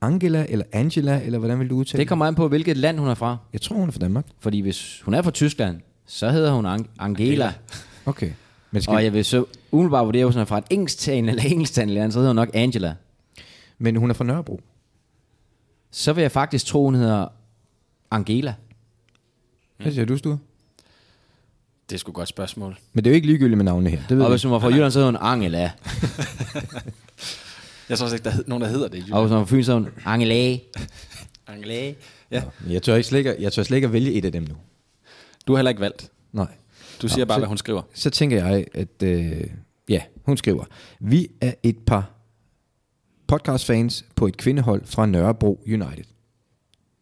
Angela eller Angela, eller hvordan vil du udtale Det kommer an på, hvilket land hun er fra. Jeg tror, hun er fra Danmark. Fordi hvis hun er fra Tyskland, så hedder hun Ang- Angela. Okay. Men, skal, Og jeg... jeg vil så umiddelbart vurdere, hvis hun er fra et engelsktalende eller engelsktalende land, så hedder hun nok Angela. men hun er fra Nørrebro. Så vil jeg faktisk tro, hun hedder Angela. Hvad siger du, Sture? Det er sgu et godt spørgsmål. Men det er jo ikke ligegyldigt med navnene her. Det ved jeg. Og hvis hun var fra Jylland, så hedder hun Angela. Jeg tror også ikke, der er nogen, der hedder det. Og hvis hun var fra Fyn, så hedder hun Angela. Anglais. Ja. Men Jeg tør, ikke slet ikke, at- jeg tør slet ikke at vælge et af dem nu. Du har heller ikke valgt. Nej. Du siger bare, så- hvad hun skriver. så tænker jeg, at øh, ja, hun skriver, vi er et par podcastfans på et kvindehold fra Nørrebro United.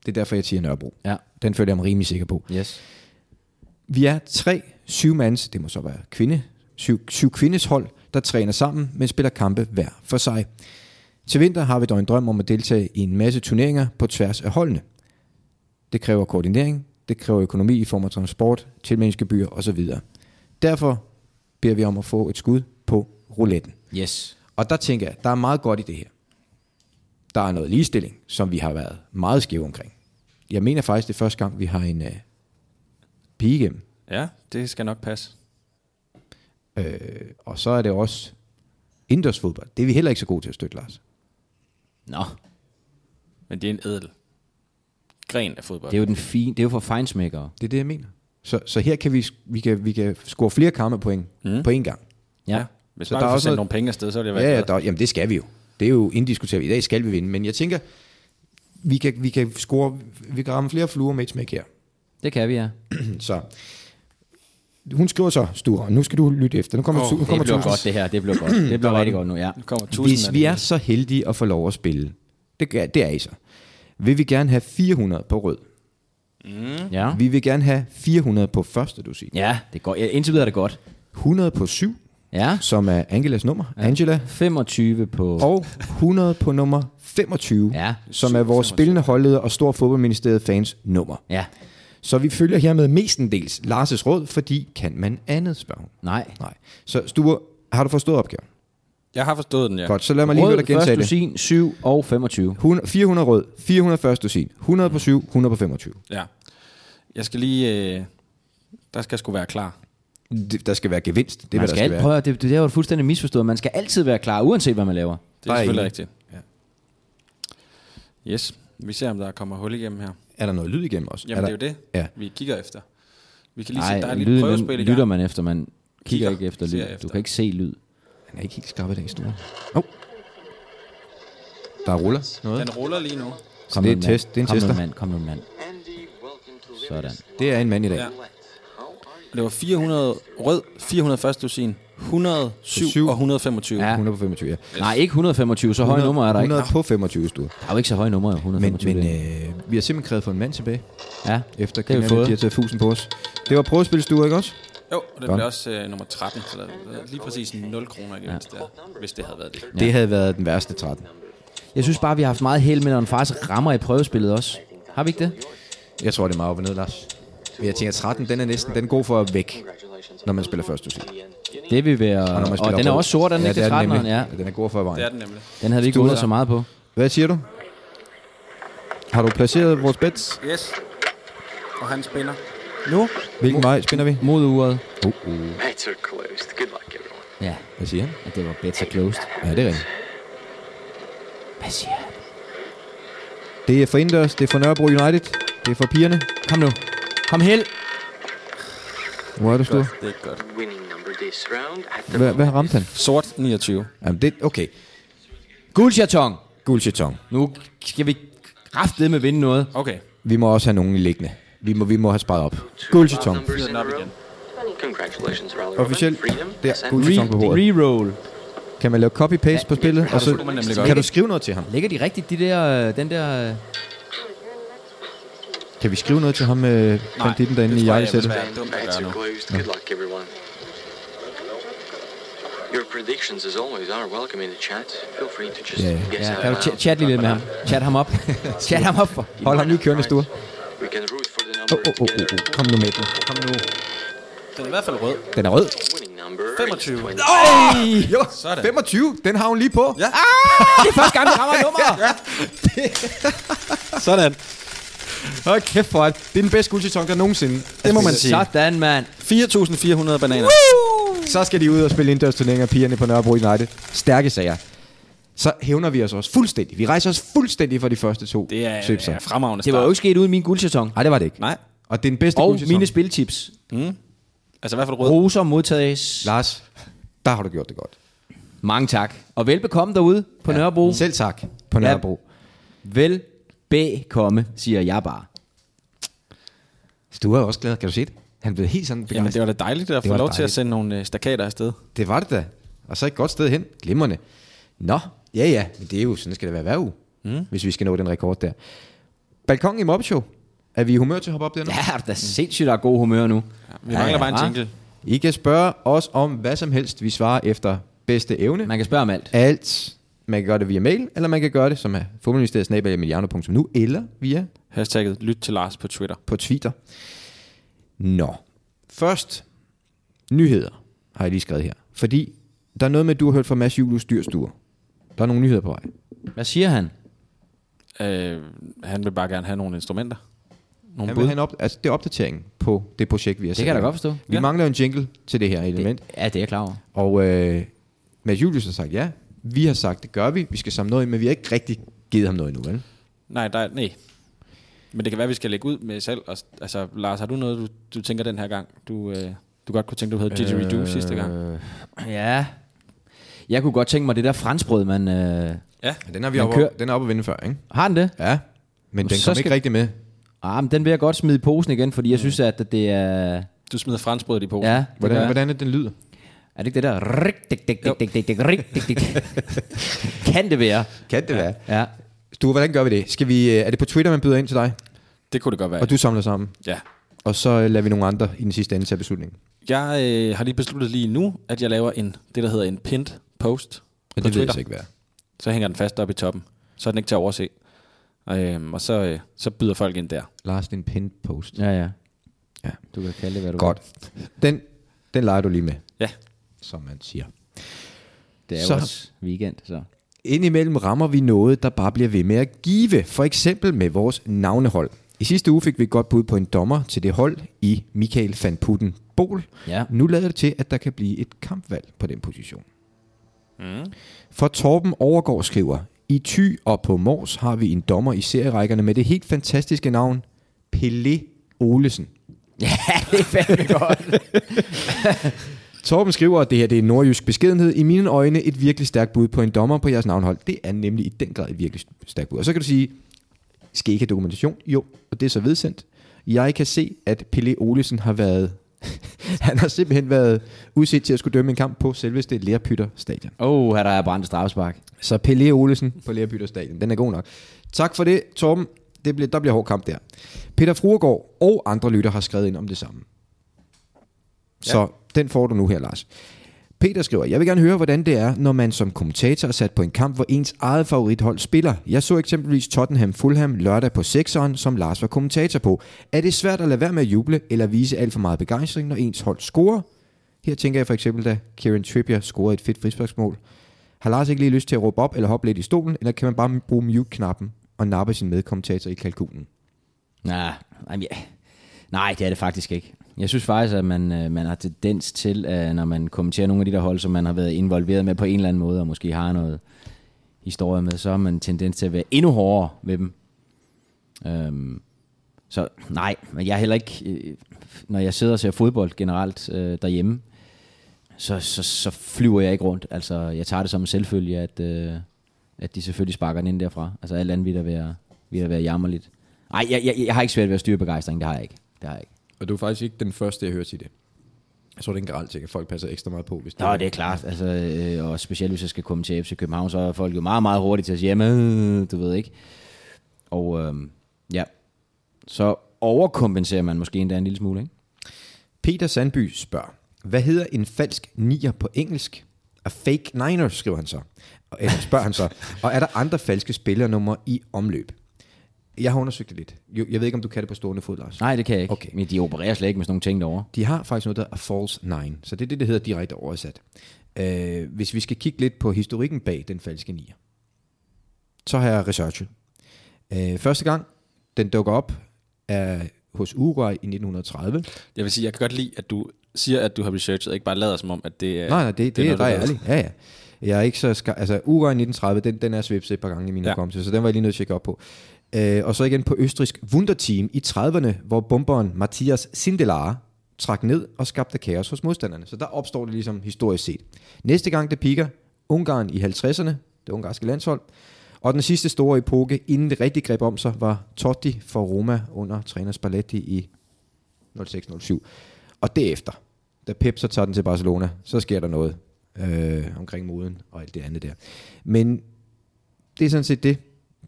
Det er derfor, jeg siger Nørrebro. Ja. Den føler jeg mig rimelig sikker på. Yes. Vi er tre syvmands, det må så være kvinde, syv, syv kvindes hold, der træner sammen, men spiller kampe hver for sig. Til vinter har vi dog en drøm om at deltage i en masse turneringer på tværs af holdene. Det kræver koordinering, det kræver økonomi i form af transport, tilmeldingsgebyr osv. Derfor beder vi om at få et skud på rouletten. Yes. Og der tænker jeg, der er meget godt i det her. Der er noget ligestilling, som vi har været meget skæve omkring. Jeg mener faktisk, det er første gang, vi har en øh, pige igennem. Ja, det skal nok passe. Øh, og så er det også Indendørs fodbold, det er vi heller ikke så gode til at støtte, Lars. Nå, Men det er en ædel gren af fodbold. det er jo, den fine, det er jo for fejnsmækkere. Det er det, jeg mener. Så, så her kan vi, vi, kan, vi kan score flere kampepoint mm. på én gang. Ja. ja. ja. Hvis Så bare der vi er får også sendt noget- nogle penge afsted, så ville jeg være Ja, ja glad. der, jamen det skal vi jo. Det er jo indiskutabelt. I dag skal vi vinde, men jeg tænker, vi kan, vi kan score, vi kan ramme flere fluer med et smæk her. Det kan vi, ja. Så hun skriver så, Sture, nu skal du lytte efter. Nu kommer, oh, Åh, tu, nu det kommer Det bliver tusind. godt, det her. Det bliver godt. Det bliver rigtig godt nu, ja. Nu kommer tusind Hvis vi er så heldige at få lov at spille, det, gør- det er I så, vil vi gerne have 400 på rød. Ja, Vi vil gerne have 400 på første, du siger. ja det går. Ja, indtil videre er det godt. 100 på 7, Ja. som er Angelas nummer. Angela, 25 på... og 100 på nummer 25, Ja. som er vores spillende holdleder og stor fodboldministeriet fans nummer. Ja. Så vi følger hermed mestendels Lars' råd, fordi kan man andet, spørger hun. Nej. Nej. Så Sture, har du forstået opgaven? Jeg har forstået den, ja. Godt, så lad mig lige høre Rød, dig gentage første det. dusin, 7 og 25. 100, 400 rød, 400 første dusin, 100 på 7, 100 på 25. Ja. Jeg skal lige... Øh, der skal jeg sgu være klar. Det, der skal være gevinst, det er Man hvad der skal skal, være. alt, prøv at, det, det er jo fuldstændig misforstået. Man skal altid være klar, uanset hvad man laver. Det Der er er selvfølgelig en. rigtigt. Ja. Yes, vi ser, om der kommer hul igennem her. Er der noget lyd igennem også? Jamen, er det der, er jo det, Ja. vi kigger efter. Vi kan lige se, der Nej, er lidt lyden prøvespil den i lytter gang. man efter. Man kigger Kigger, ikke efter ser lyd. Du efter. kan ikke se lyd. Han er ikke helt skarp i dag, Sture. Oh. Der ruller noget. Den ruller lige nu. Så det er, et nu, mand. test, det er en Kom nu, tester. mand. Kom nu, mand. Sådan. Det er en mand i dag. Ja. Og Det var 400 rød, 400 første dusin, 107 Syv. og 125. Ja. Ja. 100 på 25, ja. Nej, ikke 125. Så høje numre er der ikke. 100 på 25 stuer. Der er jo ikke så høje numre, jo, Men, 125. men øh, vi har simpelthen krævet for en mand tilbage, ja. efter har vi Canada, fået. de har taget fusen på os. Det var prøvespilstuer, ikke også? Jo, og det blev også øh, nummer 13, så der er lige præcis 0 kroner igen, ja. hvis, det er, hvis det havde været det. Ja. Det havde været den værste 13. Jeg synes bare, vi har haft meget held med, når en faktisk rammer i prøvespillet også. Har vi ikke det? Jeg tror, det er meget op og ned, Lars. Men jeg tænker, 13, den er næsten den er god for at væk, når man spiller først, du siger. Det vil være... når man Og, spiller den er rød. også sort, er den ja, ikke? det er den, 13'eren? nemlig. Ja, den er god for Det er vejen. den nemlig. den havde vi ikke Stuer. undret så meget på. Hvad siger du? Har du placeret vores bets? Yes. Og han spænder. Nu? Hvilken vej spænder vi? Mod uret. Uh, uh. Mates are closed. Good luck, everyone. Ja, Hvad siger han? at det var better closed. Ja, det er rigtigt. Hvad siger han? Det er for indendørs, det er for Nørrebro United, det er for pigerne. Kom nu. Kom held. Hvor er du, Sture? Godt, det er ikke godt. Winning number this round at the Hvad, hvad ramte han? Sort 29. Jamen, det, okay. Guldchatong. Guldcheton. Nu skal vi kraftedeme med vinde noget. Okay. Vi må også have nogen liggende. Vi må, vi må have sparet op. top Guldcheton. numbers in a Not row. again. Congratulations, Raleigh. Officielt, Freedom. der, ascent. guldcheton på bordet. Reroll. Kan man lave copy-paste på spillet, og så skulle man nemlig gøre. kan du skrive noget til ham? Ligger de rigtigt, de der, øh, den der... øh, Kan vi skrive noget til ham, øh, banditten derinde i tror jeg, jeg jakkesættet? vil være dumt at Mates gøre are nu. closed. Good luck, everyone. Your predictions, as always, are welcome in the chat. Feel free to just Yeah. guess Ja, out kan du loud. ch- chat lige lidt med ham? Chat ham op. chat ham op for. Hold ham lige kørende, We Sture. can root for the Åh, number åh, åh, åh, together. åh. Kom nu med den. Kom nu. Den er i hvert fald rød. Den er rød. Winning number is 25. 20. Jo, Sådan. 25. Den har hun lige på. Ja. Det er første gang, vi rammer nummer. Sådan. Hold kæft for alt. Det er den bedste guldcheton, der nogensinde. Det må man sige. Sådan, mand. 4.400 bananer. Så skal de ud og spille indendørs turneringer, pigerne på Nørrebro United. Stærke sager. Så hævner vi os også fuldstændig. Vi rejser os fuldstændig for de første to Det er svipser. ja, fremragende Det var jo ikke sket uden min guldchatong. Nej, det var det ikke. Nej. Og det er den bedste Og guldcheton. mine spiltips. Altså i hvert fald rød. Roser modtages. Lars, der har du gjort det godt. Mange tak. Og velbekomme derude på ja. Nørrebro. Selv tak på Nørrebro. Velbekomme, siger jeg bare. Du er også glad, kan du se det? Han blev helt sådan Jamen, begejstret. det var da dejligt at Det få var lov til at dejligt. sende nogle øh, stakater afsted. Det var det da. Og så et godt sted hen. Glimrende. Nå, ja ja, men det er jo sådan, skal det være hver uge, mm. hvis vi skal nå den rekord der. Balkon i Mobbeshow. Er vi i humør til at hoppe op der nu? Ja, er du da sindssygt, der er god humør nu. Vi mangler bare en hva'? jingle. I kan spørge os om hvad som helst. Vi svarer efter bedste evne. Man Man kan spørge om alt. Alt. Man kan gøre det via mail, eller man kan gøre det, som er fodboldministeriet.nu, eller via Hashtagget lyt til Lars på Twitter. på Twitter. Nå. Først, nyheder har jeg lige skrevet her. Fordi der er noget med, at du har hørt fra Mads Julius Dyrstuer. Der er nogle nyheder på vej. Hvad siger han? Øh, han vil bare gerne have nogle instrumenter. Nogle Han bud. vil have en op, altså, det er opdateringen på det projekt, vi har Det kan jeg da godt forstå. Vi ja. mangler jo en jingle til det her element. Ja, det er jeg klar over. Og øh, Mads Julius har sagt ja. Vi har sagt, det gør vi. Vi skal samle noget ind, men vi har ikke rigtig givet ham noget endnu, vel? Nej, der, er- nej. Men det kan være, vi skal lægge ud med selv. Og, s- altså, Lars, har du noget, du, du tænker den her gang? Du, øh, du godt kunne tænke, du havde Didgeridoo øh, sidste gang. Ja. Jeg kunne godt tænke mig det der franskbrød, man... Øh, Ja. Men Den har vi Man op, kører- den er oppe at vinde før, ikke? har den det? Ja, men den Så kom skal- ikke rigtig med. Ah, men den vil jeg godt smide i posen igen, fordi jeg synes, at det er... Du smider franskbrødet i posen. Ja, det Hvordan, gør jeg. hvordan er den lyder? Er det ikke det der... rik, dik, dik, dik, dik, dik, dik, rik, dik, dik? kan det være? Kan det være? Ja. Du, hvordan gør vi det? Skal vi, øh, er det på Twitter, man byder ind til dig, Det kunne det godt være. og du samler sammen? Ja. Og så øh, lader vi nogle andre i den sidste ende tage beslutningen. Jeg øh, har lige besluttet lige nu, at jeg laver en, det, der hedder en pinned post på Og det ved Twitter. jeg så ikke, hvad. Så hænger den fast oppe i toppen. Så er den ikke til at overse. Øhm, og så, øh, så byder folk ind der. Lars, det er en pinned post. Ja, ja. Ja. Du kan kalde det, hvad du Godt. Den, den leger du lige med, Ja. som man siger. vil. Det er Så- jo også weekend, så... Indimellem rammer vi noget, der bare bliver ved med at give. For eksempel med vores navnehold. I sidste uge fik vi et godt bud på en dommer til det hold i Michael van Putten Bol. Ja. Nu lader det til, at der kan blive et kampvalg på den position. Mm. For Torben Overgaard skriver, i Thy og på Mors har vi en dommer i serierækkerne med det helt fantastiske navn Pelle Olesen. Ja, det er fandme godt. Torben skriver, at det her det er nordjysk beskedenhed. I mine øjne et virkelig stærkt bud på en dommer på jeres navnhold. Det er nemlig i den grad et virkelig stærkt bud. Og så kan du sige, skal I ikke have dokumentation? Jo, og det er så vedsendt. Jeg kan se, at Pelle Olesen har været... han har simpelthen været udset til at skulle dømme en kamp på selveste Lærpytter Stadion. Åh, her der er brændt straffespark. Så Pelle Olesen på Lærbytter Stadion. Den er god nok. Tak for det, Torben. Det bliver, der bliver hård kamp der. Peter Fruergaard og andre lytter har skrevet ind om det samme. Så den får du nu her, Lars. Peter skriver, jeg vil gerne høre, hvordan det er, når man som kommentator er sat på en kamp, hvor ens eget favorithold spiller. Jeg så eksempelvis Tottenham Fulham lørdag på 6'eren, som Lars var kommentator på. Er det svært at lade være med at juble eller vise alt for meget begejstring, når ens hold scorer? Her tænker jeg for eksempel, da Kieran Trippier scorede et fedt frisparksmål. Har Lars ikke lige lyst til at råbe op eller hoppe lidt i stolen, eller kan man bare bruge mute-knappen og nappe sin medkommentator i kalkulen? Nej, jamen, ja. Nej, det er det faktisk ikke. Jeg synes faktisk, at man, øh, man har tendens til, øh, når man kommenterer nogle af de der hold, som man har været involveret med på en eller anden måde, og måske har noget historie med, så har man tendens til at være endnu hårdere med dem. Øhm, så nej, men jeg er heller ikke, øh, når jeg sidder og ser fodbold generelt øh, derhjemme, så, så, så flyver jeg ikke rundt. Altså, jeg tager det som en selvfølge, at, øh, at de selvfølgelig sparker den ind derfra. Altså, alt andet vil der være, vil der være jammerligt. Ej, jeg, jeg, jeg har ikke svært ved at styre begejstring, det har jeg ikke. Det har jeg ikke. Og du er faktisk ikke den første, jeg hører sige det. Jeg tror, det er en generel ting, at folk passer ekstra meget på, hvis Nå, det er klart. Altså, øh, og specielt hvis jeg skal komme til FC København, så er folk jo meget, meget hurtigt til at sige, jamen, øh, du ved ikke. Og øh, ja, så overkompenserer man måske endda en lille smule, ikke? Peter Sandby spørger, hvad hedder en falsk nier på engelsk? A fake niner, skriver han så. Og- Eller spørger han så. Og er der andre falske spillernumre i omløb? Jeg har undersøgt det lidt. Jo, Jeg ved ikke, om du kan det på stående fod, Lars. Nej, det kan jeg ikke. Okay. Okay. Men de opererer slet ikke med sådan nogle ting derovre. De har faktisk noget, der er false nine. Så det er det, det hedder direkte oversat. Øh, hvis vi skal kigge lidt på historikken bag den falske nier, så har jeg researchet. Øh, første gang, den dukker op, er hos Uruguay i 1930. Jeg vil sige, jeg kan godt lide, at du siger, at du har researchet, og ikke bare lader som om, at det er... Nej, nej, det, det, det er dig noget, du ved. ærlig. Ja, ja. Jeg er ikke så ska- altså Uruguay 1930, den, den er svipset et par gange i min Ja. hukommelse, så den var jeg lige nødt til at tjekke op på. Øh, og så igen på østrisk Wunderteam i 30'erne, hvor bomberen Mathias Sindelar trak ned og skabte kaos hos modstanderne. Så der opstår det ligesom historisk set. Næste gang det piker, Ungarn i 50'erne, det ungarske landshold. Og den sidste store epoke, inden det rigtig greb om sig, var Totti for Roma under træner Spalletti i 06-07. Og derefter, da Pep så tager den til Barcelona, så sker der noget øh, omkring moden og alt det andet der. Men det er sådan set det,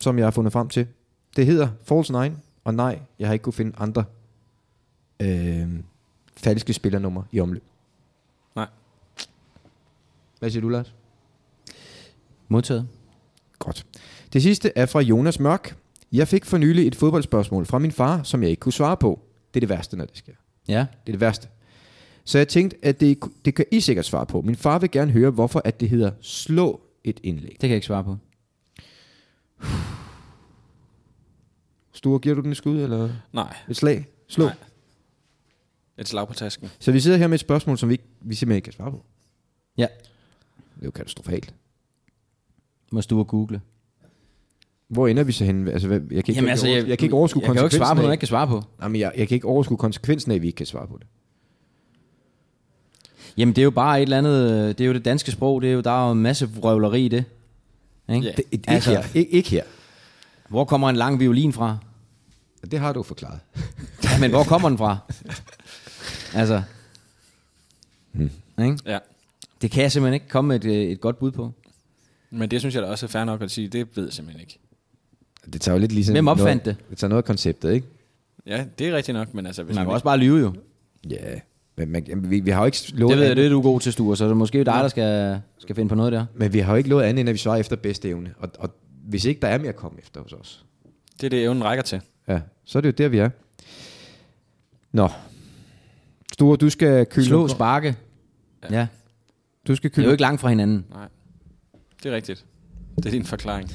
som jeg har fundet frem til. Det hedder False Nine, og nej, jeg har ikke kunne finde andre øh, falske spillernumre i omløb. Nej. Hvad siger du, Lars? Modtaget. Godt. Det sidste er fra Jonas Mørk. Jeg fik for nylig et fodboldspørgsmål fra min far, som jeg ikke kunne svare på. Det er det værste, når det sker. Ja. Det er det værste. Så jeg tænkte, at det, det kan I sikkert svare på. Min far vil gerne høre, hvorfor at det hedder slå et indlæg. Det kan jeg ikke svare på. Sture, giver du den et skud, eller Nej, et slag? Slå. Nej. Nej. et slag på tasken. Så vi sidder her med et spørgsmål, som vi, ikke, vi simpelthen ikke kan svare på. Ja. Det er jo katastrofalt. Må stå og google. Hvor ender vi så henne? Altså, hvad- jeg kan ikke, Jamen, altså, jeg, jeg, kan ikke overskue jeg kan jo ikke konsekvensen svare på noget, jeg af, ikke kan svare på. Jamen, jeg, jeg kan ikke overskue konsekvensen af, at vi ikke kan svare på det. Jamen, det er jo bare et eller andet... øh, Det er jo det danske sprog. Det er jo, der er jo en masse vrøvleri i det. Ikke? Ja. det ikke, altså, Altså- her. Ikke, ikke her. Hvor kommer en lang violin fra? Det har du forklaret. Ja, men hvor kommer den fra? Altså... Ikke? Ja. Det kan jeg simpelthen ikke komme med et, øh, et godt bud på. Men det synes jeg da også er fair nok at sige, det ved jeg simpelthen ikke. Det tager jo lidt ligesom... Hvem opfandt noget, det? Det tager noget af konceptet, ikke? Ja, det er rigtigt nok, men altså... Hvis Man kan også bare lyve jo. Ja. Men man, jamen, vi, vi har jo ikke lovet... Det ved jeg, andet- det er du er god til, Sture, så det er måske dig, der skal, skal finde på noget der. Men vi har jo ikke lovet andet, end at vi svarer efter bedste evne. Og, og hvis ikke der er mere at komme efter hos os, Det er det, evnen rækker til. ja, så er det jo der, vi er. Nå. Sture, du skal køle, Slå, sparke. Ja. du skal Det er køle jo ikke langt fra hinanden. Det er rigtigt. Det er din forklaring.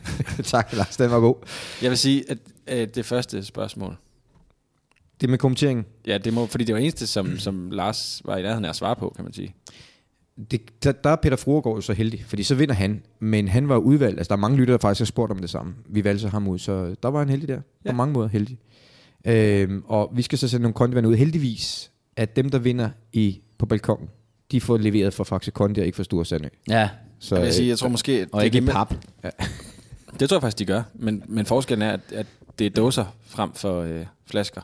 tak, Lars. Den var god. Jeg vil sige, at øh, det første spørgsmål... Det med kommenteringen. Ja, det må, fordi det var eneste, som, som Lars var i nærheden af at svare på, kan man sige. Det, der, der er Peter Fruergaard jo så heldig, fordi så vinder han. Men han var udvalgt. Altså, der er mange lyttere, der faktisk har spurgt om det samme. Vi valgte så ham ud, så der var han heldig der. Ja. På mange måder heldig. Øhm, og vi skal så sende nogle kondivand ud. Heldigvis, at dem, der vinder i, på balkongen, de får leveret fra Faxe Kondi og ikke fra Sture Sandø. Ja. Så, Jeg vil sige, øh, jeg tror måske... at Og det ikke i med- pap. Det tror jeg faktisk, de gør. Men, men forskellen er, at, at det er dåser frem for øh, flasker.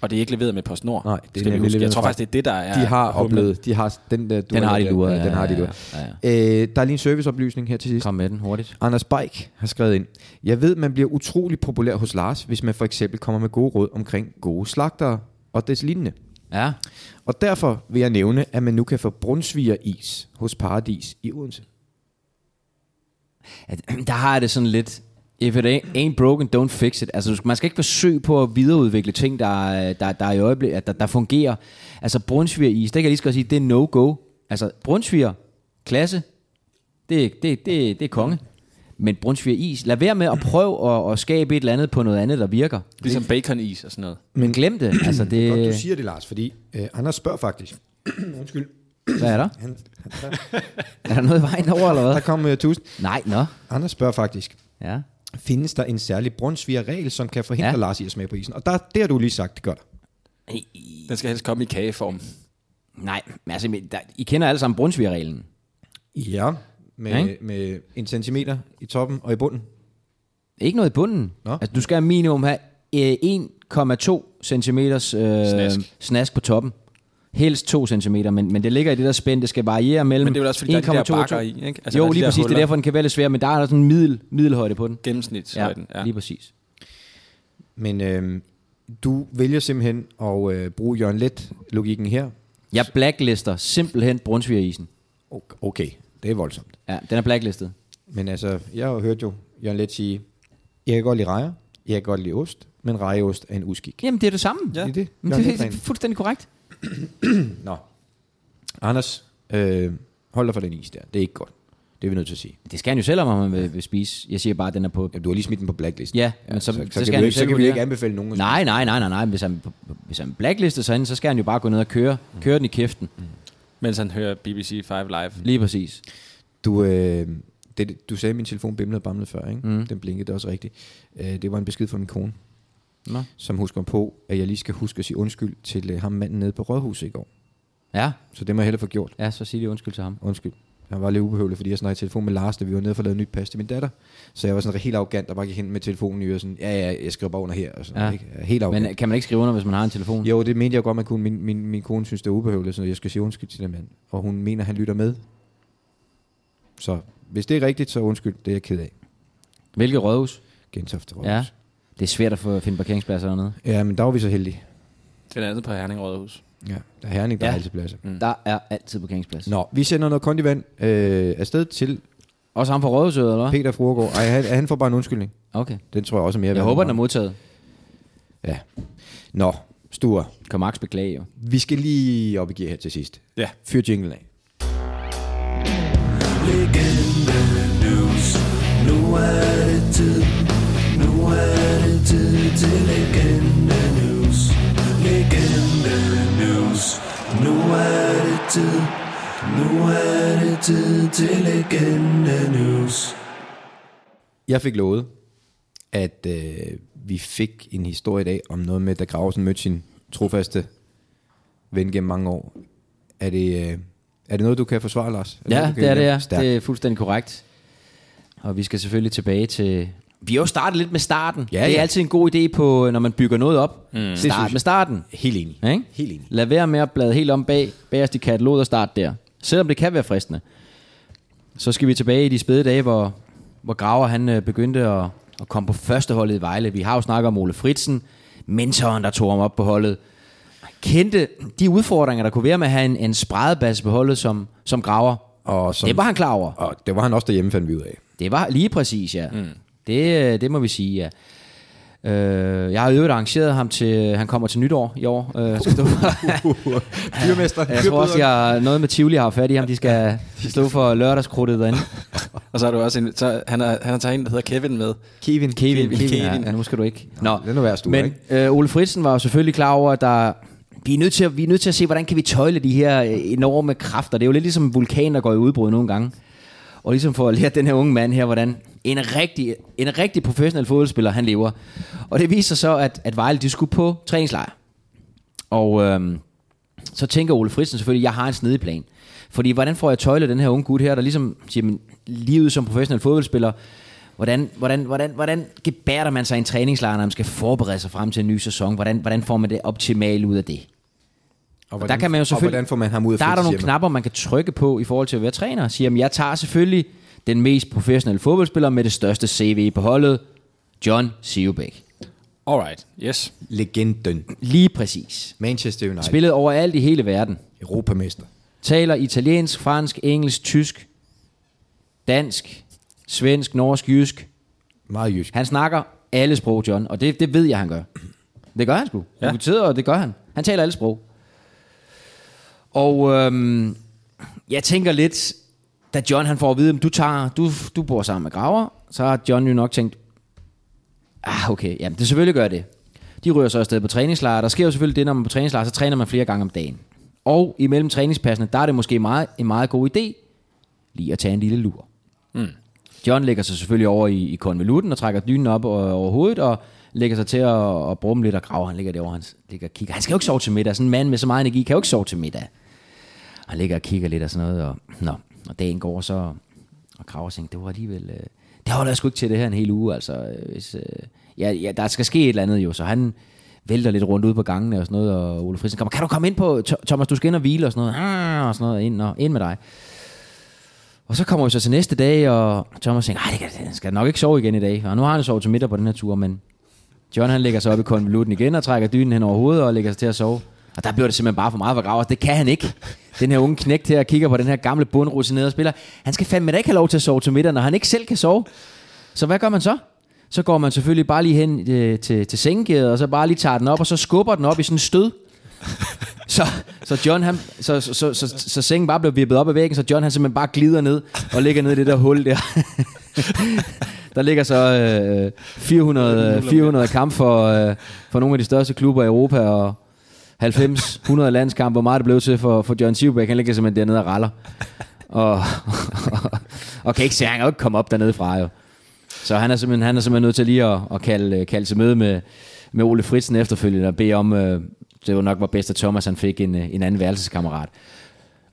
Og det er ikke leveret med PostNord. Nej, det er skal vi nemlig huske. Jeg leveret tror fra- faktisk, det er det, der er... øh, de har humlen. oplevet, de har den der, du Den har de lavet, luret, ja, ja, den har de ja, luret. ja, Øh, der er lige en serviceoplysning her til sidst. Kom med den hurtigt. Anders Beik har skrevet ind. Jeg ved, man bliver utrolig populær hos Lars, hvis man for eksempel kommer med gode råd omkring gode slagtere og des lignende. Ja. Og derfor vil jeg nævne, at man nu kan få brunsviger is hos Paradis i Odense. At, der har jeg det sådan lidt... If it ain't- ain't broken, don't fix it. Altså, du skal- man skal ikke forsøge på at videreudvikle ting, der, øh, der, der, er i øjeblik, der, der fungerer. Altså, brunsvigeris, det kan jeg lige skal sige, det er no-go. Altså, brunsviger, klasse, det, det, det, det er konge. Men brunsvigeris, lad være med at prøve at, at skabe et eller andet på noget andet, der virker. Ligesom baconis og sådan noget. Men glem det. Altså, det Godt, du siger det, Lars, fordi øh, Anders spørger faktisk. Undskyld. hvad er der? Han, Er der noget i vejen over, eller der hvad? kom øh, tusind. Nej, nå. Anders spørger faktisk. Ja. Findes der en særlig brunsviger-regel, som kan forhindre ja. Ja. Lars i at smage på isen? Og der, det har du lige sagt, det gør der. Den skal helst komme i kageform. Nej, men altså, men der, I kender alle sammen brunsvigerreglen. Ja. Med, Ja, ja, ikke? med en centimeter i toppen og i bunden. Ikke noget i bunden. Nå. Altså, du skal minimum have øh, 1,2 cm øh, snask. snask på toppen. Helst 2 cm, men, men det ligger i det der spænd. Det skal variere mellem Men det er vel også, fordi der er de 1,2 der og 2. bakker i, ikke? Altså, jo, der er de lige der præcis. Det huller. er derfor, den kan være lidt svær, men der er der sådan en middel, middelhøjde på den. Gennemsnitshøjden. Ja, lige præcis. Men øh, du vælger simpelthen at øh, bruge Jørgen Let-logikken her. Jeg blacklister simpelthen brunsvigerisen. Ok- Okay, det er voldsomt. Ja, den er blacklistet. Men altså, jeg har hørt jo Jørgen Let sige, jeg kan godt lide rejer, jeg kan godt lide ost, men rejeost er en uskik. Jamen, det er det samme. Ja. Det er det. Men Jørgen det er Lethreglen. fuldstændig korrekt. Nå. Anders, øh, hold dig for den is der. Det er ikke godt. Det er vi nødt til at sige. Det skal han jo selv om, om han vil, vil spise. Jeg siger bare, at den er på Jamen, du har lige smidt den på blacklist. Ja, men så, så- så kan, skal han vi jo ikke, så kan selv vi vurdere. ikke anbefale nogen. at Nej, nej, nej, nej, nej. Hvis han, hvis han blacklister sig ind, så skal han jo bare gå ned og køre, køre den i kæften. Mens han hører BBC 5 Live. Lige præcis. Du, øh, det, du sagde, at min telefon bimlede og bamlede før, ikke? Mm. Den blinkede, det er også rigtigt. Øh, det var en besked fra min kone, Nå. som husker mig på, at jeg lige skal huske at sige undskyld til øh, ham manden nede på Rådhuset i går. Ja, Så det må jeg hellere få gjort. ja så sig lige undskyld til ham. Undskyld. Jeg var lidt ubehøvelig, fordi jeg snakkede i telefon med Lars, da vi var nede for at lave nyt pas til min datter. Så jeg var sådan helt arrogant og bare gik hen med telefonen i øret sådan, ja, ja, jeg skriver bare under her. Og sådan, ja. Ja. ikke? Jeg er Helt arrogant. Men øh, kan man ikke skrive under, hvis man har en telefon? Jo, det mente jeg godt, man kunne. Min, min, min kone synes, det er ubehøveligt, så jeg skal sige undskyld til den mand. Og hun mener, han lytter med. Så hvis det er rigtigt, så undskyld, det er jeg ked af. Hvilket rådhus? Gentofte Rådhus. Ja. Det er svært at få, finde parkeringspladser dernede. ja, men der var vi så heldige. Den andet på Herning Rådhus. Ja, der er Herning, der ja. Ja. er altid pladser. Mm. Der er altid parkeringsplads. Nå, vi sender noget kondivand øh, afsted til Også ham fra Rådhuset, eller hvad? Peter Fruergaard. Ej, han, han får bare en undskyldning. Okay. Den tror jeg også er mere Jeg, værd håber, end den er modtaget. mig. Ja. Nå, Sture. Kan Max beklage jo. Vi skal lige op i gear her til sidst. Ja. Fyr jinglen af. Legende news. Nu er det tid. Nu er det tid til legende news. Legende news. Nu er det tid. Nu er det tid til legende news. Jeg fik lovet, at øh, vi fik en historie i dag om noget med, da Grausen mødte sin trofaste ven gennem mange år. Er det, øh, er det noget, du kan forsvare, Lars? Er Ja, noget, du kan det er det, ja. Stærkt. Det er fuldstændig korrekt. Og vi skal selvfølgelig tilbage til... Vi har jo startet lidt med starten. Ja, det er ja. altid en god idé, på, når man bygger noget op. Mm. Det synes Start jeg. med starten. Helt enig. Ikke? Helt enig. Lad være med at blade helt om bag, bagerst i kataloget og starte der. Selvom det kan være fristende. Så skal vi tilbage i de spæde dage, hvor, hvor Graver han øh, begyndte at, at komme på førsteholdet i Vejle. Vi har jo snakket om Ole Fritsen, mentoren, der tog ham op på holdet. Han kendte de udfordringer, der kunne være med at have en, en spredebasse på holdet som, som Graver. Og som- det var han klar over. Og det var han også derhjemme, fandt vi ud af. Det var lige præcis, ja. Mm. Det, øh, det må vi sige, ja. Øh, jeg har i øvrigt arrangeret ham til, han kommer til nytår i år. Øh, skal stå for, Dyrmester. jeg tror også, jeg noget med Tivoli har fat i ham. De skal stå for lørdagskrudtet derinde. Og så er du også en, så han, er, han tager en, der hedder Kevin med. Kevin, Kevin, Kevin. Kevin. Ja, nu skal du ikke. Nå, det er nu værst ude, Men øh, Ole Fritsen var jo selvfølgelig klar over, at der, vi, er nødt til at, vi er nødt til at se, hvordan kan vi tøjle de her øh, enorme kræfter. Det er jo lidt ligesom vulkaner, der går i udbrud nogle gange. Og ligesom for at lære den her unge mand her, hvordan en rigtig, en rigtig professionel fodboldspiller, han lever. Og det viser så, at, at Vejle, de skulle på træningslejr. Og øhm, så tænker Ole Fritsen selvfølgelig, jeg har en snedig plan. Fordi hvordan får jeg tøjlet den her unge gut her, der ligesom siger, men, livet som professionel fodboldspiller, hvordan, hvordan, hvordan, hvordan gebærder man sig i en træningslejr, når man skal forberede sig frem til en ny sæson? Hvordan, hvordan får man det optimale ud af det? Og der kan man jo selvfølgelig, Og hvordan får man ham ud af Der er der nogle fritidshjemmet? knapper, man kan trykke på i forhold til at være træner. og Sige, jamen, jeg tager selvfølgelig den mest professionelle fodboldspiller med det største CV på holdet, John Sivbæk. Alright, yes. Legenden. Lige præcis. Manchester United. Spillet overalt i hele verden. Europamester. Taler italiensk, fransk, engelsk, tysk, dansk, svensk, norsk, jysk. Meget jysk. Han snakker alle sprog, John, og det, det ved jeg, han gør. Det gør han sgu. Ja. Dokumenteret, og det gør han. Han taler alle sprog. Og øhm, jeg tænker lidt, da John han får at vide, at du, tager, du, du bor sammen med Graver, så har John jo nok tænkt, ah okay, jamen det selvfølgelig gør det. De ryger så afsted på træningslejr. Der sker jo selvfølgelig det, når man er på træningslejr, så træner man flere gange om dagen. Og imellem træningspassene, der er det måske meget, en meget god idé lige at tage en lille lur. John lægger sig selvfølgelig over i, i konvolutten og trækker dynen op øh, over hovedet og lægger sig til at, at brumme lidt og grave. Han ligger derovre, han s- ligger og kigger. Han skal jo ikke sove til middag. Sådan en mand med så meget energi kan jo ikke sove til middag. Han ligger og kigger lidt og sådan noget. Og, nå, og dagen går så, og Krager tænker, det var alligevel... Øh, det holder jeg sgu ikke til det her en hel uge, altså. øh, Hvis, øh, ja, ja, der skal ske et eller andet jo, så han vælter lidt rundt ud på gangene og sådan noget, og Ole Friesen kommer, kan du komme ind på, Tho- Thomas, du skal ind og hvile og sådan noget, "Ah," og sådan noget, ind, og, ind med dig. Og så kommer vi så til næste dag, og Thomas tænker, nej, han skal nok ikke sove igen i dag. Og nu har han sovet til middag på den her tur, men John han lægger sig op i konvolutten igen og trækker dynen hen over hovedet og lægger sig til at sove. Og der bliver det simpelthen bare for meget for Graver. Det kan han ikke. Den her unge knægt her kigger på den her gamle bundrutinerede spiller. Han skal fandme da ikke have lov til at sove til middag, når han ikke selv kan sove. Så hvad gør man så? Så går man selvfølgelig bare lige hen øh, til, til sengegæret, og så bare lige tager den op, og så skubber den op i sådan en stød. Så, så, John, han, så, så, så, så, så sengen bare bliver vippet op ad væggen, så John han simpelthen bare glider ned og ligger ned i det der hul der. der ligger så øh, 400, 400 kamp for, øh, for nogle af de største klubber i Europa, og 90-100 landskampe, hvor meget det blev til for, for John Sivbæk. Han ligger simpelthen dernede og raller. Og, og, og kan ikke se, han kan jo ikke komme op dernede fra jo. Så han er simpelthen, han er simpelthen nødt til lige at, at kalde, øh, kalde til møde med, med Ole Fritsen efterfølgende og bede om, øh, det var nok var bedst, at Thomas han fik en, øh, en anden værelseskammerat.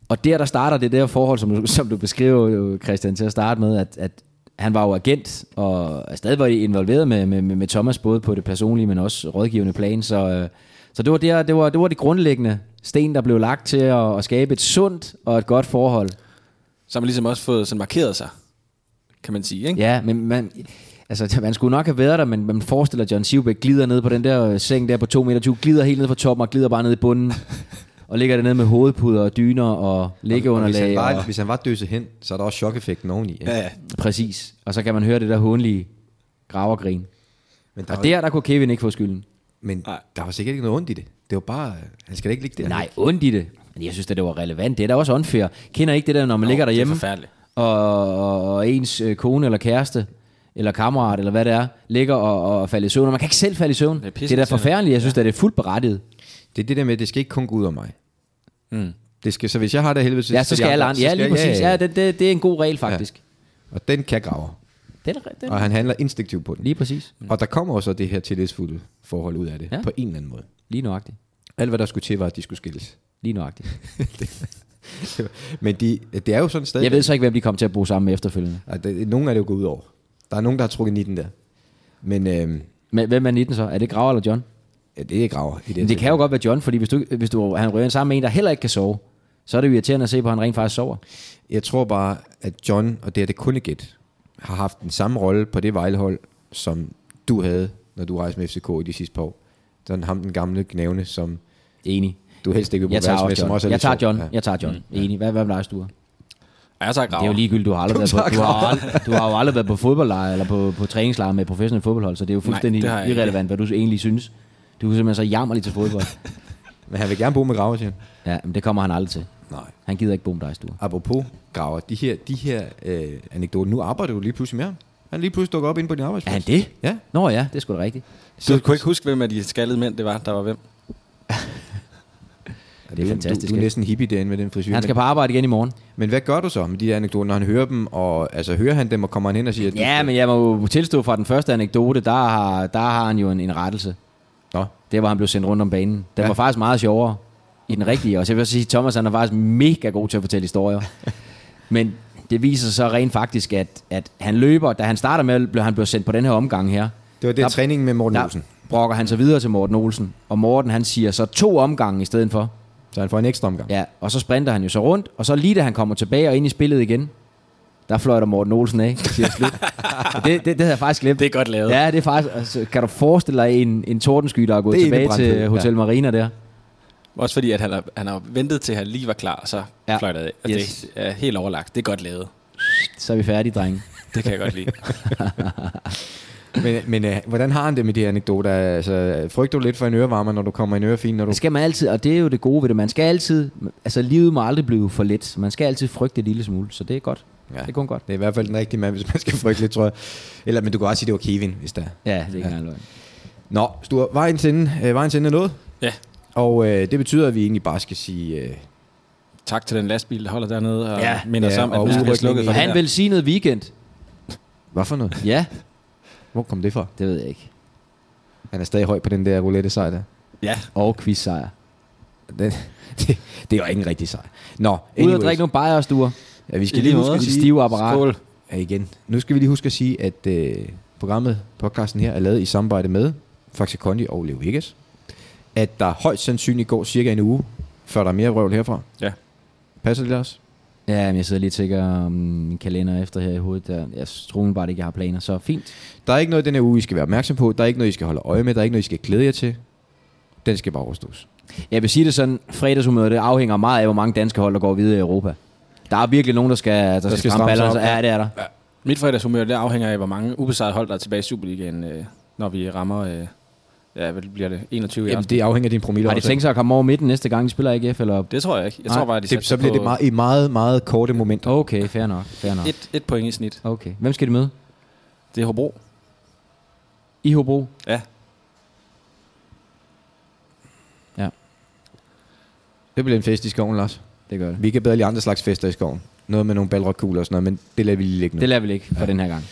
Og der, der starter det der forhold, som, du- som du beskriver, øh, Christian, til at starte med, at, at han var jo agent, og stadig var involveret med, med, med med Thomas, både på det personlige, men også rådgivende plan. Så, øh, så det, var der, det, var, det var det grundlæggende sten, der blev lagt til at, at skabe et sundt og et godt forhold. Så har man ligesom også fået sådan markeret sig, kan man sige, ikke? Ja, men man, altså, man skulle nok have været der, men man forestiller, at John Sivbæk glider ned på den der øh, seng der på 2,20 meter, glider helt ned fra toppen og glider bare ned i bunden. og ligger dernede med hovedpuder og dyner og Hvis han, liggeunderlag. Og, var, hvis han var døse hen, så er der også chokeffekten oveni. Ja. ja. præcis. Og så kan man høre det der hånlige gravergrin. Men, der Og var, der, der kunne Kevin ikke få skylden. men der var sikkert ikke noget ondt i det. Det var bare, øh, han skal da ikke ligge der. Nej, ondt i det. Men jeg synes, at det var relevant. Det er da også unfair. Kender I ikke det der, når man ligger det er derhjemme, forfærdeligt. og, og, og ens øh, kone eller kæreste, eller kammerat, eller hvad det er, ligger og, og falder i søvn, og man kan ikke selv falde i søvn. Det er, det er da pisseirriterende. forfærdeligt. Jeg synes, ja. det er fuldt berettiget. Det er det der med, at det skal ikke kun gå ud over mig. Mm. Det skal, så hvis jeg har det af helvede til Ja, så skal alle andre. Ja, lige præcis. Ja, det, det, det er en god regel, faktisk. Og den kan grave. Ja. Den, er- den, Og han handler instinktivt på den. lige præcis. Og der kommer også det her tillidsfulde forhold ud af det, Ja. ja. på en eller anden måde. Lige nøjagtigt. Alt hvad der skulle til var, at de skulle skilles. Lige nøjagtigt. Men de, det er jo sådan stadig. Jeg ved så ikke, hvem de kom til at bo sammen med efterfølgende. At, det, nogen er det jo gået ud over. Der er nogen, der har trukket 19 der. Men øh, Men hvem er 19 så? Er det Graver eller John? ja, det er graver. I Men det kan jo godt være John, fordi hvis du, hvis du han ryger sammen med en, der heller ikke kan sove, så er det jo irriterende at se på, at han rent faktisk sover. Jeg tror bare, at John, og det er det kun et gæt, har haft den samme rolle på det vejlehold, som du havde, når du rejste med FCK i de sidste par år. Sådan ham, den gamle gnævne, som Enig. du helst ikke vil Jeg på tager værelse med, også som også er John. Jeg lidt tager sjov. John. Ja. Mm. Jeg tager John. Enig. Hvad, hvad med dig, Sture? Og jeg tager Det er graver. jo ligegyldigt, du har aldrig været på, du har, aldrig, du har jo aldrig været på fodboldlejr eller på, på træningslejr med professionelle fodboldhold, så det er jo fuldstændig det har Nej, jeg ikke. irrelevant, hvad du egentlig synes. Du er simpelthen så jammerlig til fodbold. Men han vil gerne bo med graver, siger han. Ja, men det kommer han aldrig til. Nej. Han gider ikke bo med dig, Sture. Apropos graver, de her, de her øh, anekdoter, nu arbejder du lige pludselig med ham. Han er lige pludselig dukker op ind på din Er arbejdsplads. han det? Ja. Nå ja, det er sgu da rigtigt. Du kunne ikke huske, hvem af de skaldede mænd det var, der var hvem. Det er fantastisk. Du, du er næsten hippie derinde med den frisyr. Han skal men, på arbejde igen i morgen. men hvad gør du så med de der anekdoter, når han hører dem? Og, altså, hører han dem, og kommer han hen og siger... at du Ja, skal- men jeg må jo tilstå fra den første anekdote, der har, der har han jo en, en rettelse. Nå, Det var, han blev sendt rundt om banen. Den ja. Ja. var faktisk meget sjovere i den rigtige også. Jeg vil også sige, at Thomas han er faktisk mega god til at fortælle historier. Men det viser sig så rent faktisk, at, at han løber, da han starter med, blev han blev sendt på den her omgang her. det var det Der- træningen med Morten Der Olsen. brokker han så videre til Morten Olsen, og Morten han siger så to omgange i stedet for. Så han får en ekstra omgang. Ja, og så sprinter han jo så rundt, og så lige da han kommer tilbage og ind i spillet igen, der fløjter Morten Olsen af, siger slut. det, det, det havde jeg faktisk glemt. Det er godt lavet. Ja, det er faktisk... Altså, kan du forestille dig en, en tordensky, der er gået Det er tilbage indebrændthed, til Hotel ja. Marina der? Også fordi, at han har, han har ventet til, at han lige var klar, og så Ja. ja. fløjt af. Altså, Yes. yes. Det er helt overlagt. Det er godt lavet. Så er vi færdige, drenge. Det kan jeg godt lide. Men, men øh, hvordan har han det med de her anekdoter? Altså, frygter du lidt for en ørevarmer, når du kommer i en ørefin? Når du... Det skal man altid, og det er jo det gode ved det. Man skal altid... Altså, livet må aldrig blive for let. Man skal altid frygte en lille smule, så det er godt. Ja. Det er kun godt. Det er i hvert fald den rigtige mand, hvis man skal frygte lidt, tror jeg. Eller, men du kan også sige, det var Kevin, hvis der er. Ja, det er ikke ja. engang løgn. Nå, Sture, vejens ende, øh, vejens ende er nået. ja. Og øh, det betyder, at vi egentlig bare skal sige... Øh, Tak til den lastbil, der holder dernede og Ja. ja. minder os Ja, om, at og vi skal have udrykning slukket i- for Og det han her. velsignede weekend. hvad for noget? Ja, Hvor kom det fra? det ved jeg ikke. Han er stadig høj på den der roulette-sejr der. Ja, Og quiz-sejr. Det, det, det var ikke en rigtig sejr. Nå, Ud og anyways. drikke nogle bajer og stuer. Ja, vi skal I lige lige huske måde. at Dit sige... stive apparat. skål. Ja, igen. Nu skal vi lige huske at sige, at øh, programmet, podcasten her, er lavet i samarbejde med Faxe Kondi og Leo Vegas. At der højst sandsynligt går cirka en uge, før der er mere røvl herfra. Ja. Passer det Lars? Ja, men jeg sidder lige og tjekker um, min kalender efter her i hovedet. Der. Jeg tror bare ikke, jeg har planer, så fint. Der er ikke noget i den her uge, I skal være opmærksom på. Der er ikke noget, I skal holde øje med. Der er ikke noget, I skal glæde jer til. Den skal bare overstås. Jeg vil sige det sådan, fredagshumøret det afhænger meget af, hvor mange danske hold, der går videre i Europa. Der er virkelig nogen, der skal, der der skal skal stramme strammes ballerne. op, ja. Ja, det er der. Mit fredagshumør, det afhænger af, hvor mange ubesejrede hold, der er tilbage i Superligaen, øh, når vi rammer, øh, ja, hvad bliver det, 21 Jamen, Jamen, det afhænger af din promille. Har de også. tænkt sig at komme over midten næste gang, de spiller AGF? Eller? Det tror jeg ikke. Jeg Nej, tror bare, de det, satte så bliver på det meget, i meget, meget korte momenter. Okay, fair nok. Fair nok. et, et point i snit. Okay. Hvem skal de møde? Det er Hobro. I Hobro? Ja. Det bliver en fest i skoven, Lars. Det gør det. Vi kan bedre lide andre slags fester i skoven. Noget med nogle balrokkugler og sådan noget, men det lader vi lige ligge nu. Det lader vi ikke for ja. den her gang.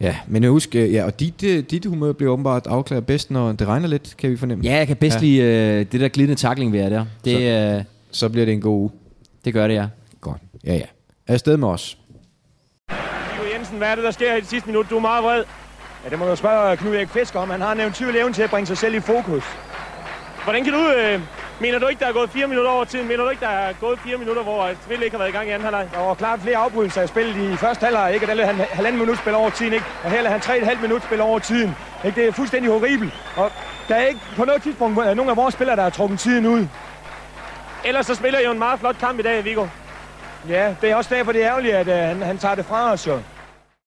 Ja, men husk, øh, ja, og dit, øh, dit humør bliver åbenbart afklaret bedst, når det regner lidt, kan vi fornemme. Ja, jeg kan bedst ja. Ja. lide øh, det der glidende takling, vi er der. Det, øh, Så bliver det en god uge. det gør det, ja. Godt. Ja, ja. Afsted med os. Ivo Jensen, hvad er det, der sker i det sidste minut? Du er meget vred. Ja, det må du spørge Knud Erik Fisker om. Han har en eventyrlig evne til at bringe sig selv i fokus. Hvordan kan du... Øh, mener du ikke, der er gået fire minutter over tiden? Mener du ikke, der er gået fire minutter, hvor et spil ikke har været i gang i anden halvleg? Der var klart flere afbrydelser i spillet i første halvleg, ikke? Og der lød han halvanden minut spil over tiden, ikke? Og her lader han tre et halvt minut spil over tiden. Ikke? Det er fuldstændig horribelt. Og der er ikke på noget tidspunkt øh, nogen af vores spillere, der har trukket tiden ud. Ellers så spiller I jo en meget flot kamp i dag, Viggo. Ja, det er også derfor, det er ærgerligt, at øh, han, han tager det fra os, jo.